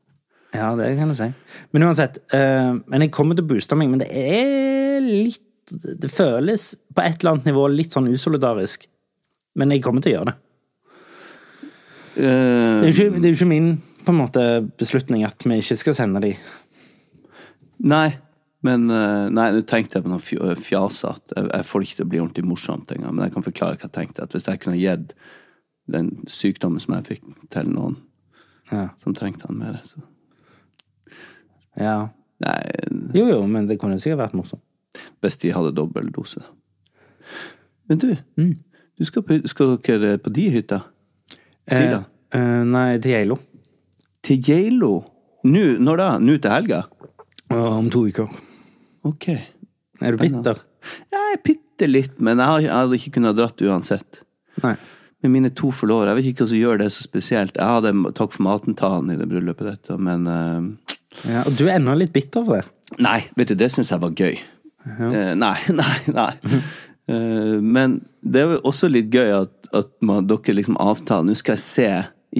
Speaker 5: Ja, det kan du si. Men uansett. eh, men jeg kommer til å booste meg, men det er litt Det føles på et eller annet nivå litt sånn usolidarisk. Men jeg kommer til å gjøre det.
Speaker 6: Eh,
Speaker 5: Det er jo ikke, det er jo ikke min på en måte, beslutning at vi ikke skal sende de.
Speaker 6: Nei, men eh, Nei, nå tenkte jeg på noe fj- fjasete. Jeg, jeg får det ikke til å bli ordentlig morsomt engang, men jeg kan forklare hva jeg tenkte. At hvis jeg kunne gitt den sykdommen som jeg fikk, til noen
Speaker 5: Ja.
Speaker 6: som trengte den mer, så
Speaker 5: ja.
Speaker 6: Nei,
Speaker 5: Jo, jo, men det kunne sikkert vært morsomt.
Speaker 6: hvis de hadde dobbel dose. Men du, du skal, på, skal dere på de hytta? Sida?
Speaker 5: Eh, eh, nei, til Geilo.
Speaker 6: Til Geilo? Nå, når da? Nå til helga?
Speaker 5: om to uker.
Speaker 6: Ok.
Speaker 5: Er du bitter?
Speaker 6: Nei, bitte litt, men jeg, har- jeg hadde ikke kunnet dratt uansett.
Speaker 5: Nei.
Speaker 6: Med mine to forlovere. Jeg vet ikke hva som gjør det så spesielt. Jeg hadde en takk for maten-talen i det bryllupet, dette, men eh,
Speaker 5: Ja, og du er ennå litt bitter for det.
Speaker 6: Nei, vet du, det syns jeg var gøy. Eh, nei, nei, nei. Eh, men det er jo også litt gøy at, at man, dere liksom avtaler Nå skal jeg se,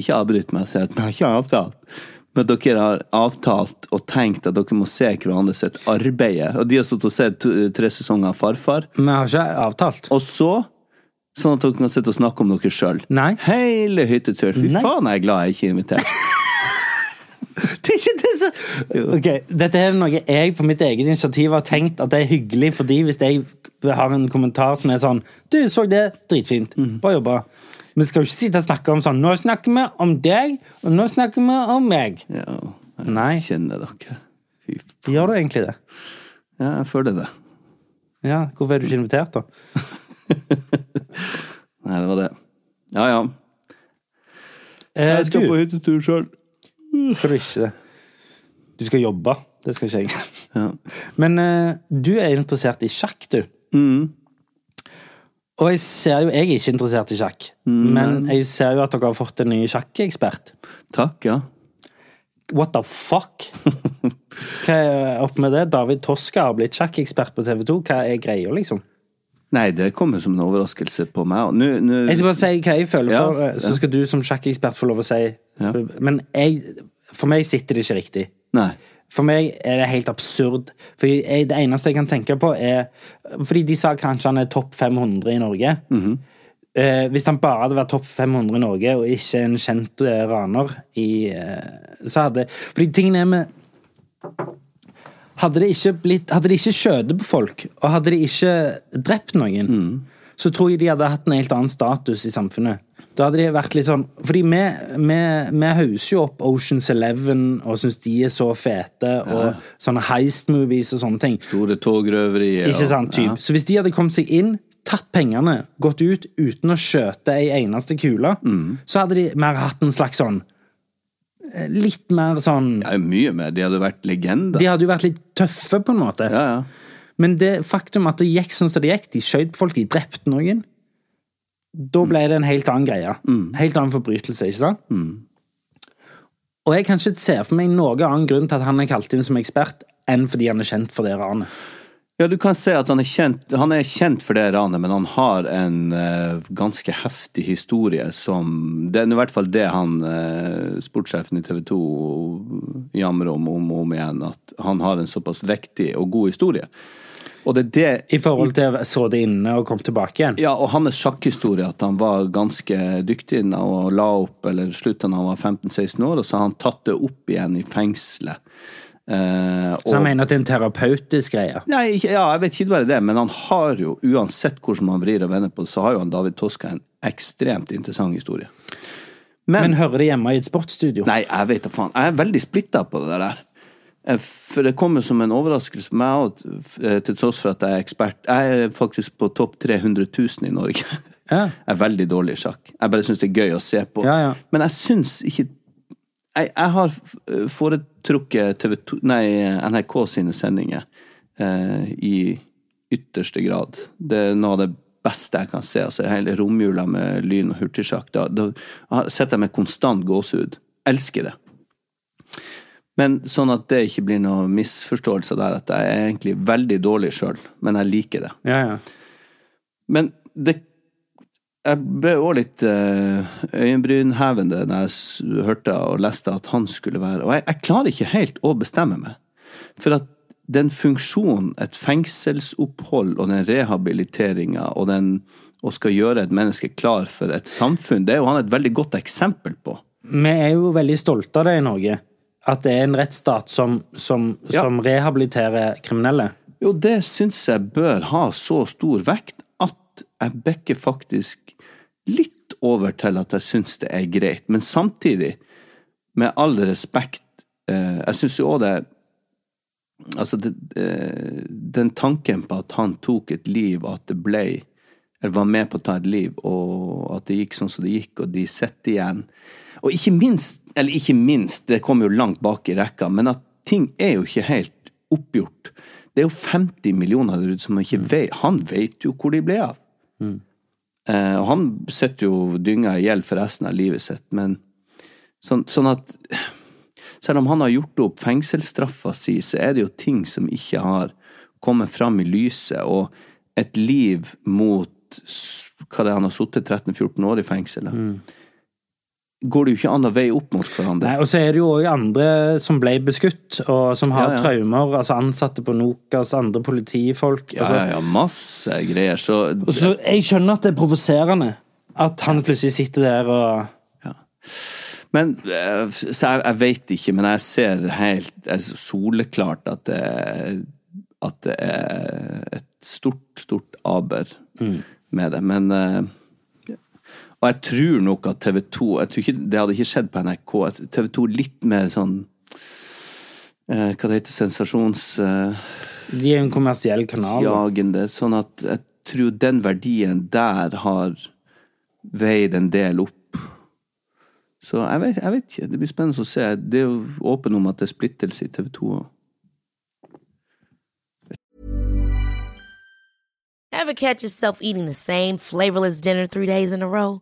Speaker 6: ikke avbryt meg og si at vi har ikke avtalt, men at dere har avtalt og tenkt at dere må se hverandre sitt arbeid. Og de har stått og sett to- tre sesonger av Farfar.
Speaker 5: Vi har ikke avtalt.
Speaker 6: Og så, sånn at dere kan sitte og snakke om dere sjøl. Hele hytteturen. Fy
Speaker 5: Nei.
Speaker 6: faen, jeg er glad jeg ikke er invitert.
Speaker 5: Det er ikke det som Ok, Dette er noe jeg på mitt eget initiativ har tenkt at det er hyggelig fordi hvis jeg har en kommentar som er sånn Du, så det? Dritfint. Bra jobba. Vi skal jo ikke sitte og snakke om sånn Nå snakker vi om deg, og nå snakker vi om meg.
Speaker 6: Ja, jeg
Speaker 5: Nei.
Speaker 6: kjenner dere. Fy faen.
Speaker 5: Gjør du egentlig det?
Speaker 6: Ja, jeg føler det.
Speaker 5: Ja, Hvorfor er du ikke invitert, da?
Speaker 6: Nei, det var det. Ja, ja.
Speaker 5: Eh,
Speaker 6: Jeg skal
Speaker 5: du,
Speaker 6: på hyttetur sjøl.
Speaker 5: skal du ikke det? Du skal jobbe. Det skal ikke jeg.
Speaker 6: Ja.
Speaker 5: Men eh, du er interessert i sjakk, du. Og jeg ser jo Jeg er ikke interessert i sjakk, men jeg ser jo at dere har fått en ny sjakkekspert.
Speaker 6: Takk, ja.
Speaker 5: What the fuck? Hva er opp med det? David Toska har blitt sjakkekspert på TV2. Hva er greia, liksom?
Speaker 6: Nei, det kommer som en overraskelse på meg. og Nå, nå
Speaker 5: Jeg skal bare si hva jeg føler
Speaker 6: Ja,
Speaker 5: for, eh, så
Speaker 6: ja.
Speaker 5: skal du som sjakkekspert få lov å si
Speaker 6: Ja.
Speaker 5: Men jeg, for meg sitter det ikke riktig.
Speaker 6: Nei.
Speaker 5: For meg er det helt absurd. For jeg, det eneste jeg kan tenke på, er Fordi de sa kanskje han er topp 500 i Norge. eh, hvis han bare hadde vært topp 500 i Norge, og ikke en kjent eh, raner i eh, Så hadde Fordi tingen er med Hadde det ikke blitt Hadde de ikke skjøtet på folk, og hadde de ikke drept noen, så tror jeg de hadde hatt en helt annen status i samfunnet. Da hadde de vært litt sånn Fordi vi, vi, vi hauser jo opp Oceans Eleven og syns de er så fete, og sånne heist-movies og sånne ting.
Speaker 6: Store togrøverier.
Speaker 5: Ikke
Speaker 6: og-
Speaker 5: sant,
Speaker 6: Ja.
Speaker 5: typ. Så hvis de hadde kommet seg inn, tatt pengene, gått ut uten å skjøte ei eneste kule,
Speaker 6: Mm.
Speaker 5: så hadde de mer hatt en slags sånn eh, Litt mer sånn
Speaker 6: Det er jo mye mer. De hadde vært legender.
Speaker 5: De hadde jo vært litt tøffe, på en måte.
Speaker 6: Ja, ja.
Speaker 5: Men det faktum at det gikk sånn som det gikk, de skjøt på folk, de drepte noen, da ble
Speaker 6: Mm.
Speaker 5: det en helt annen greie. Helt annen forbrytelse, ikke sant? Og jeg kan ikke se for meg noen annen grunn til at han er kalt inn som ekspert, enn fordi han er kjent for det ranet.
Speaker 6: Ja, du kan se at han er kjent, han er kjent for det ranet, men han har en eh, ganske heftig historie som Det er i hvert fall det han, eh, sportssjefen i TV 2 jamrer om om og om igjen, at han har en såpass vektig og god historie. Og det er det
Speaker 5: I forhold til så det inne og kom tilbake igjen.
Speaker 6: Ja, og hans sjakkhistorie, at han var ganske dyktig da, og la opp eller slutta da han var 15-16 år, og så har han tatt det opp igjen i fengselet. Eh, og-
Speaker 5: Så han mener at det er en terapeutisk greie.
Speaker 6: Nei, ikke- ja, jeg vet ikke bare det, men han har jo, uansett hvordan man vrir og vender på det, så har jo han David Toska en ekstremt interessant historie. Men,
Speaker 5: hører det hjemme i et sportsstudio?
Speaker 6: Nei, jeg vet da faen. Jeg er veldig splitta på det der. Eh, For det kommer som en overraskelse på meg òg, til tross for at jeg er ekspert. Jeg er faktisk på topp 300 000 i Norge. Jeg er veldig dårlig i sjakk. Jeg bare syns det er gøy å se på.
Speaker 5: Ja, ja.
Speaker 6: Men jeg syns ikke jeg, jeg har eh, foretrukket TV 2, nei, NRK sine sendinger eh, i ytterste grad. Det er noe av det beste jeg kan se. altså Hele romjula med lyn og hurtigsjakk. Da, da har- sitter jeg med konstant gåsehud. Elsker det. Men sånn at det ikke blir noen misforståelse der, at jeg er egentlig veldig dårlig sjøl, men jeg liker det.
Speaker 5: Ja, ja.
Speaker 6: Men det Jeg ble òg litt eh, øyenbrynhevende da jeg s- hørte og leste at han skulle være Og jeg, jeg klarer ikke helt å bestemme meg. For at den funksjonen, et fengselsopphold og den rehabiliteringa og den å skal gjøre et menneske klar for et samfunn, det er jo han et veldig godt eksempel på.
Speaker 5: Vi er jo veldig stolte av det i Norge. At det er en rettsstat som, som, som rehabiliterer kriminelle.
Speaker 6: Jo, det syns jeg bør ha så stor vekt at jeg bekker faktisk litt over til at jeg syns det er greit. Men samtidig, med all respekt, eh, jeg syns jo òg det Altså, det, eh, den tanken på at han tok et liv, og at det ble Eller var med på å ta et liv, og at det gikk sånn som det gikk, og de sitter igjen Og ikke minst, eller ikke minst, det kommer jo langt bak i rekka, men at ting er jo ikke helt oppgjort. Det er jo 50 millioner der ute som ikke vet Han vet jo hvor de ble av. Eh, og han sitter jo dynga i gjeld for resten av livet sitt, men sånn, sånn at Selv om han har gjort opp fengselsstraffa si, så er det jo ting som ikke har kommet fram i lyset, og et liv mot s- Hva det er, han har sittet 13-14 år i fengselet.
Speaker 5: Mm.
Speaker 6: Går det jo ikke an å veie opp mot hverandre.
Speaker 5: Nei, og så er det jo òg andre som ble beskutt, og som har
Speaker 6: Ja, ja.
Speaker 5: traumer. Altså ansatte på Nokas, andre politifolk.
Speaker 6: ja,
Speaker 5: altså,
Speaker 6: ja, ja, masse greier. Så
Speaker 5: Og så, jeg skjønner at det er provoserende at han plutselig sitter der og
Speaker 6: Men eh, Så jeg, jeg veit ikke, men jeg ser helt eh, soleklart at det, at det er et stort, stort aber
Speaker 9: Mm.
Speaker 6: med det. Men eh, Og jeg tror nok at TV 2 jeg tror ikke, Det hadde ikke skjedd på NRK. TV 2 litt mer sånn eh, Hva det heter Sensasjons... Eh,
Speaker 5: De er jo en kommersiell kanal. da.
Speaker 6: jagende. Sånn at jeg tror den verdien der har veid en del opp. Så jeg vet, jeg vet ikke. Det blir spennende å se. Det er jo åpen om at det er splittelse i TV 2 òg.
Speaker 10: Ever catch yourself eating the same flavorless dinner three days in a row?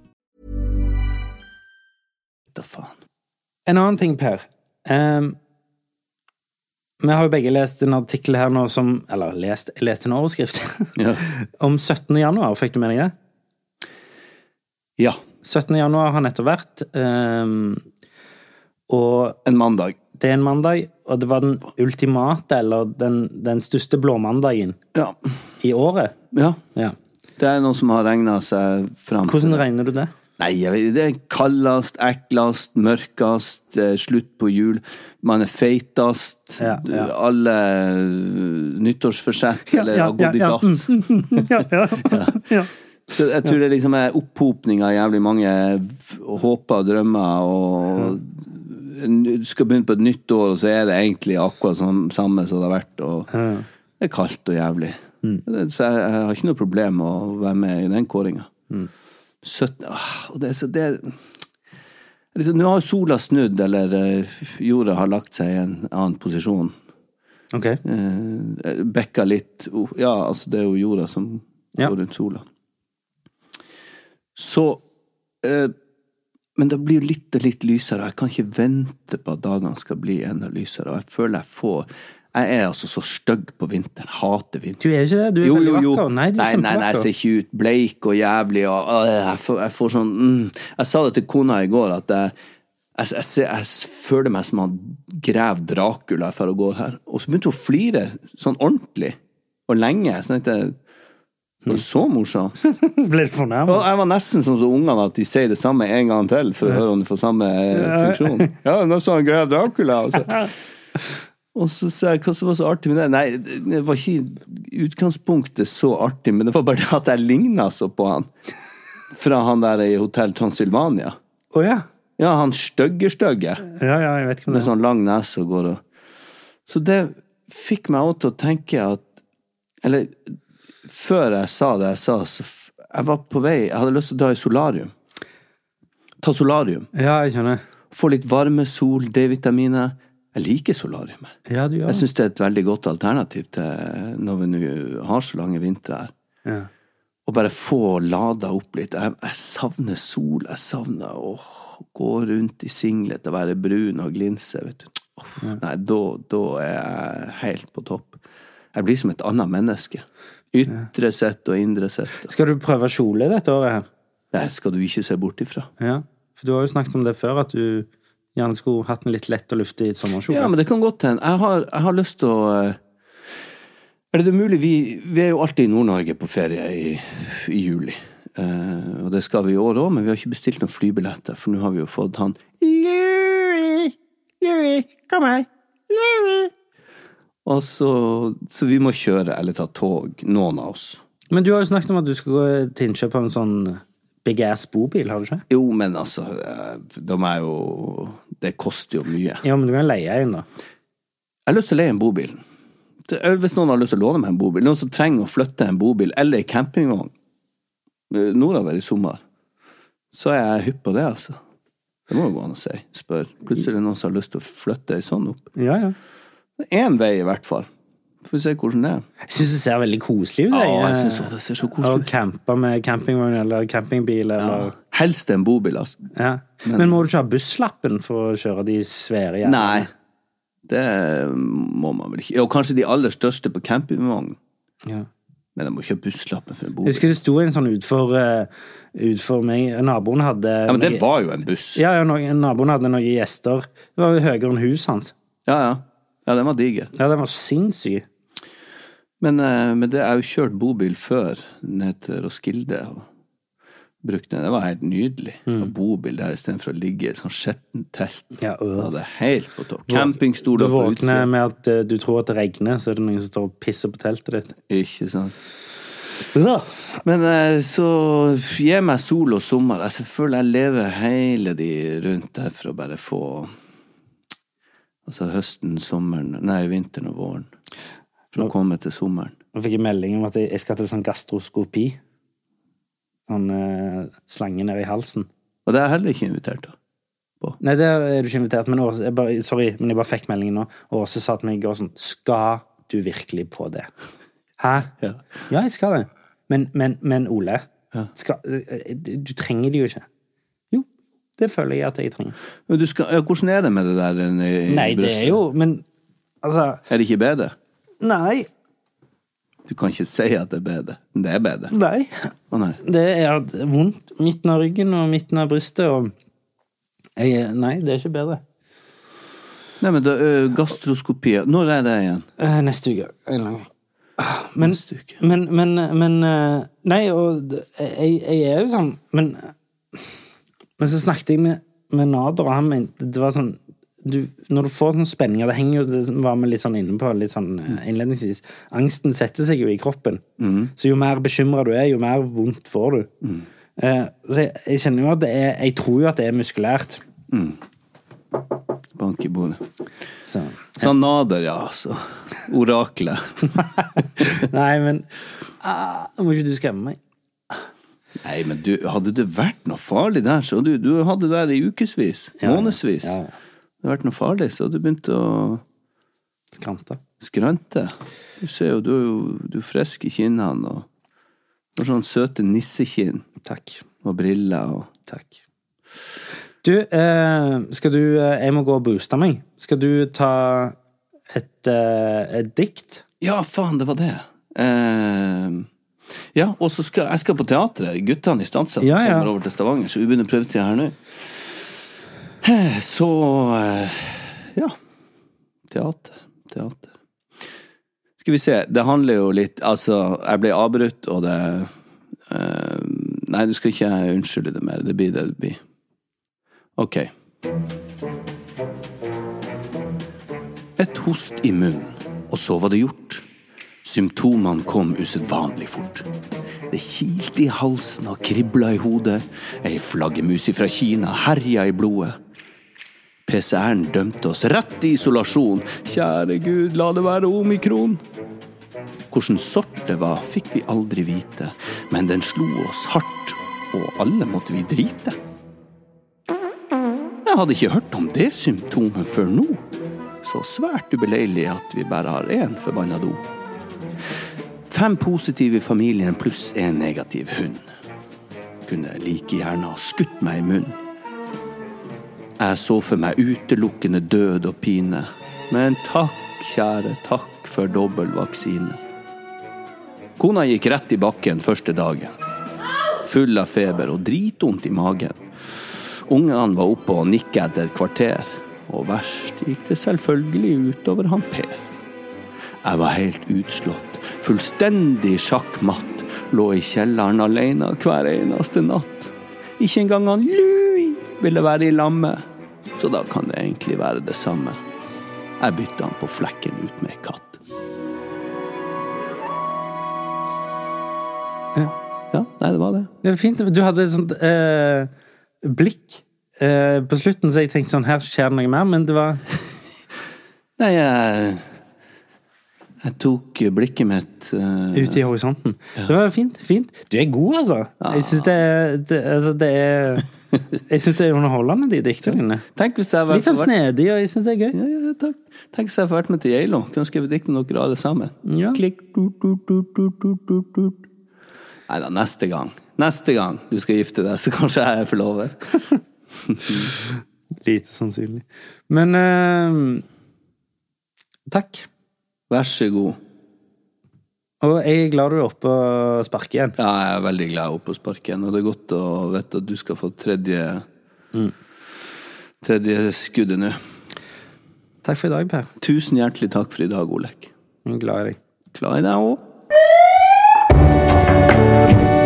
Speaker 5: Da faen. En annen ting, Per. Ehm, vi har jo begge lest en artikkel her nå som Eller lest, jeg leste en overskrift. Om 17. januar, fikk du med deg det?
Speaker 6: Ja.
Speaker 5: 17. januar har nettopp vært. ehm, og
Speaker 6: En mandag.
Speaker 5: Det er en mandag, og det var den ultimate, eller den, den største blåmandagen
Speaker 6: Ja.
Speaker 5: i året.
Speaker 6: Ja.
Speaker 5: Ja.
Speaker 6: Det er noe som har regna seg fram.
Speaker 5: Hvordan regner du det?
Speaker 6: Nei, jeg vet, det er kaldest, eklest, mørkest, eh, slutt på jul. Man er feitest. Alle eh, nyttårsforsett eller har gått i dass.
Speaker 5: Mm, mm, mm, ja, ja. ja.
Speaker 6: Så jeg tror det liksom er opphopning av jævlig mange v- håper og drømmer, og du skal begynne på et nytt år, og så er det egentlig akkurat som, samme som det har vært. Og det er kaldt og jævlig. Det- Så jeg, jeg har ikke noe problem med å være med i den kåringa. 17 ah, og det, er så det er liksom, Nå har sola snudd, eller eh, jorda har lagt seg i en annen posisjon.
Speaker 5: Okay.
Speaker 6: Eh, Bekka litt oh, Ja, altså, det er jo jorda som går rundt sola. Så eh, Men det blir jo litt og litt lysere, og jeg kan ikke vente på at dagene skal bli enda lysere. Og jeg føler jeg får Jeg er altså så stygg på vinteren. Hater vinteren.
Speaker 5: Du er ikke det? Du er
Speaker 6: Jo,
Speaker 5: veldig
Speaker 6: jo, jo.
Speaker 5: vakker. Nei, du er
Speaker 6: nei, nei, nei, jeg
Speaker 5: kjempevakker.
Speaker 6: ser ikke ut bleik og jævlig og øh, jeg, får, jeg får sånn mm. Jeg sa det til kona i går, at jeg, jeg, jeg, ser- jeg s- føler meg som han grev Dracula for å gå her. Og så begynte hun å flire sånn ordentlig og lenge. Så tenkte jeg Var
Speaker 5: Mm.
Speaker 6: det så morsomt?
Speaker 5: Ble du fornærmet?
Speaker 6: Og jeg var nesten sånn som ungene, at de sier det samme en gang til for å høre om de får samme eh,
Speaker 5: Ja.
Speaker 6: funksjon. Ja, nå sa han grev sånn Dracula. Og så, og så sa jeg hva som var så artig med det. Nei, det var ikke i utgangspunktet så artig, men det var bare det at jeg ligna så på han. Fra han der i Hotell Transylvania.
Speaker 5: Å ja.
Speaker 6: Ja, han stygge-stygge.
Speaker 5: Ja, ja, jeg vet ikke om
Speaker 6: Med
Speaker 5: det.
Speaker 6: sånn lang nese og går og Så det fikk meg også til å tenke at Eller før jeg sa det jeg sa, så f- jeg var på vei Jeg hadde lyst til å dra i solarium. Ta solarium.
Speaker 5: Ja, jeg skjønner.
Speaker 6: Få litt varme, sol, D-vitaminer. Jeg liker solariumet.
Speaker 5: Ja, du gjør
Speaker 6: Jeg syns det er et veldig godt alternativ til når vi nå har så lange vintre her.
Speaker 5: Ja.
Speaker 6: Å bare få lada opp litt. Jeg, jeg savner sol. Jeg savner å gå rundt i singlet og være brun og glinse. Vet du. Åh, Nei, da, da er jeg helt på topp. Jeg blir som et annet menneske. Ytre sett og indre sett.
Speaker 5: Skal du prøve kjole dette året her?
Speaker 6: Det skal du ikke se bort ifra.
Speaker 5: Ja. For du har jo snakket om det før, at du gjerne skulle hatt en litt lett og luftig sommerkjole.
Speaker 6: Ja, men det kan godt hende. Jeg har, jeg har lyst til å eh, Er det mulig? Vi, vi er jo alltid i Nord-Norge på ferie i, i juli. Eh, og det skal vi i år òg, men vi har ikke bestilt noen flybilletter, for nå har vi jo fått han Louis! Louis, kom her! Louis! Og så, så vi må kjøre eller ta tog, noen av oss.
Speaker 5: Men du har jo snakket om at du skal gå til innkjøp av en sånn big ass bobil, har du ikke?
Speaker 6: Jo, men altså, eh, de er jo Det koster jo mye.
Speaker 5: Ja, men du kan leie en, da.
Speaker 6: Jeg har lyst til å leie en bobil. Det er- Hvis noen har lyst til å låne meg en bobil, noen som trenger å flytte en bobil eller en campingvogn eh, nordover i sommer, så er jeg hypp på det, altså. Det må jo gå an å si. Spør. Plutselig er det noen som har lyst til å flytte ei sånn opp.
Speaker 5: Ja, ja.
Speaker 6: Én vei, i hvert fall. Får vi se hvordan det er.
Speaker 5: Jeg syns det ser veldig koselig ut.
Speaker 6: Ja,
Speaker 5: jeg. eh,
Speaker 6: jeg synes også det ser så
Speaker 5: Å campe med campingvogn eller campingbil eller
Speaker 6: Helst en bobil, altså.
Speaker 5: ja.
Speaker 6: Men-
Speaker 5: Men, må du ikke ha busslappen for å kjøre de svære jernene?
Speaker 6: Nei. Det må man vel ikke. Jo, kanskje de aller største på campingvogn,
Speaker 5: Ja.
Speaker 6: men de må ikke ha busslappen for en bobil.
Speaker 5: Jeg husker det sto en sånn utfor uh, utfor meg Naboen hadde
Speaker 6: Ja, men det var jo en buss.
Speaker 5: Ja, ja, noen- naboen hadde noen gjester. Det var jo høyere enn huset hans.
Speaker 6: Ja, ja. Ja, den var diger.
Speaker 5: Ja, den var sinnssyk.
Speaker 6: Men, eh, men det, jeg har jo kjørt bobil før ned til Roskilde. og brukte den. Det var helt nydelig. Og Bobil der istedenfor å ligge i et sånt skjettent telt.
Speaker 5: Mm. Ja, øh.
Speaker 6: det er helt på topp.
Speaker 5: Du våk-
Speaker 6: Campingstoler
Speaker 5: Du
Speaker 6: på
Speaker 5: våkner
Speaker 6: utsida.
Speaker 5: med at eh, du tror at det regner, så er det noen som står og pisser på teltet ditt.
Speaker 6: Ikke sant. Men eh, så gi meg sol og sommer. Jeg føler jeg lever hele de rundt der for å bare få Altså høsten, sommeren Nei, vinteren og våren. For å komme til sommeren.
Speaker 5: Nå fikk jeg melding om at jeg, jeg skal til sånn gastroskopi. Sånn eh, slange ned i halsen.
Speaker 6: Og det er jeg heller ikke invitert til.
Speaker 5: Nei, det er du ikke invitert, men Åse, jeg bare, sorry, men jeg bare fikk meldingen nå. Og Åse sa til meg i går sånn Skal du virkelig på det? Hæ? Ja, jeg skal det. Men, men, men Ole, skal, eh, du, du trenger det jo ikke. Jo, det føler jeg at jeg trenger.
Speaker 6: Men du skal, ja, hvordan er det med det der i, i
Speaker 5: Nei, det
Speaker 6: brystet?
Speaker 5: er jo Men altså
Speaker 6: Er det ikke bedre?
Speaker 5: Nei.
Speaker 6: Du kan ikke si at det er bedre. Men det er bedre.
Speaker 5: Nei.
Speaker 6: Å nei.
Speaker 5: Det er vondt midten av ryggen og midten av brystet. Og jeg, er- nei, det er ikke bedre.
Speaker 6: Nei, men da, ø, gastroskopi Når er det igjen?
Speaker 5: Eh, Neste uke. En eller annen gang. Men, Neste uke. Men, men, men eh, Nei, og det- jeg, jeg er jo sånn Men, men så snakket jeg med, med Nader, og han mente Det var sånn du, Når du får sånn spenninger Det henger jo, det var vi litt sånn inne på litt sånn eh, innledningsvis. Angsten setter seg jo i kroppen. Så jo mer bekymra du er, jo mer vondt får du. Eh, så jeg, jeg kjenner jo at det er Jeg tror jo at det er muskulært.
Speaker 6: Bank i bordet.
Speaker 5: Så.
Speaker 6: Sa Nader, ja, altså. Oraklet.
Speaker 5: Nei, men ah, Må ikke du skremme meg?
Speaker 6: Nei, men du, hadde det vært noe farlig der, så du, du hadde det der i ukevis, månedsvis.
Speaker 5: ja, ja.
Speaker 6: Hadde det vært noe farlig, så hadde du begynt å
Speaker 5: Skrante.
Speaker 6: Skrante. Du ser jo, du er jo du er frisk i kinnene og har sånn søte nissekinn.
Speaker 5: Takk.
Speaker 6: Og briller og
Speaker 5: Takk. Du, eh, skal du eh, Jeg må gå og booste meg. Skal du ta et, eh, et dikt?
Speaker 6: Ja, faen, det var det. Eh, ja, og så skal jeg skal på teatret. Guttene i Stamsand
Speaker 5: Ja, ja.
Speaker 6: kommer over til Stavanger, så vi begynner prøvetida her nå. Eh, Så eh, ja. Teater, teater. Skal vi se. Det handler jo litt Altså, jeg ble avbrutt, og det eh, Nei, du skal ikke jeg unnskylde det mer. Det blir det det blir. Ok. Et host i munnen, og så var det gjort. Symptomene kom usedvanlig fort. Det kilte i halsen og kribla i hodet. Ei flaggermus fra Kina herja i blodet. PCR-en dømte oss rett i isolasjon. Kjære Gud, la det være omikron. Hvilken sort det var, fikk vi aldri vite, men den slo oss hardt, og alle måtte vi drite. Jeg hadde ikke hørt om det symptomet før nå. Så svært ubeleilig at vi bare har én forbanna do. Fem positive i familien pluss én negativ hund. Kunne like gjerne ha skutt meg i munnen. Jeg så for meg utelukkende død og pine. Men takk, kjære, takk for dobbel vaksine. Kona gikk rett i bakken første dagen. Full av feber og dritvondt i magen. Ungene var oppe og nikket etter et kvarter, og verst gikk det selvfølgelig utover han Per. Jeg var helt utslått, fullstendig sjakkmatt, lå i kjelleren alene hver eneste natt. Ikke engang han Louis ville være i lamme, så da kan det egentlig være det samme. Jeg bytta han på flekken ut med ei katt. Ja, nei, det var det.
Speaker 5: Det var fint. Du hadde et sånt eh, blikk eh, på slutten, så jeg tenkte sånn Her skjer det noe mer, men det var
Speaker 6: Nei, jeg, jeg tok blikket mitt eh,
Speaker 5: ute i horisonten. Det var fint. fint. Du er god, altså. Jeg syns det, er- det, altså, det er Jeg synes det er underholdende, de diktene dine.
Speaker 6: Tenk hvis jeg hadde vært-
Speaker 5: Litt sånn snedig, og jeg syns det er gøy.
Speaker 6: Ja, ja, takk. Tenk hvis jeg hadde vært med til Geilo. Kunne skrevet dikt om dere alle sammen. Klikk. Tut, tut, tut, tut, tut, tut, tut. Nei da, neste gang. Neste gang du skal gifte deg, så kanskje jeg er forlover.
Speaker 5: Lite sannsynlig. Men eh, Takk.
Speaker 6: Vær så god.
Speaker 5: Og jeg er glad du er oppe og sparker igjen.
Speaker 6: Ja, jeg er veldig glad jeg er oppe og sparker igjen, og det er godt å vite at du skal få tredje
Speaker 5: Mm.
Speaker 6: Tredje skuddet nå.
Speaker 5: Takk for i dag, Per.
Speaker 6: Tusen hjertelig takk for i dag, Olek.
Speaker 5: Jeg er glad i deg.
Speaker 6: Glad i deg òg.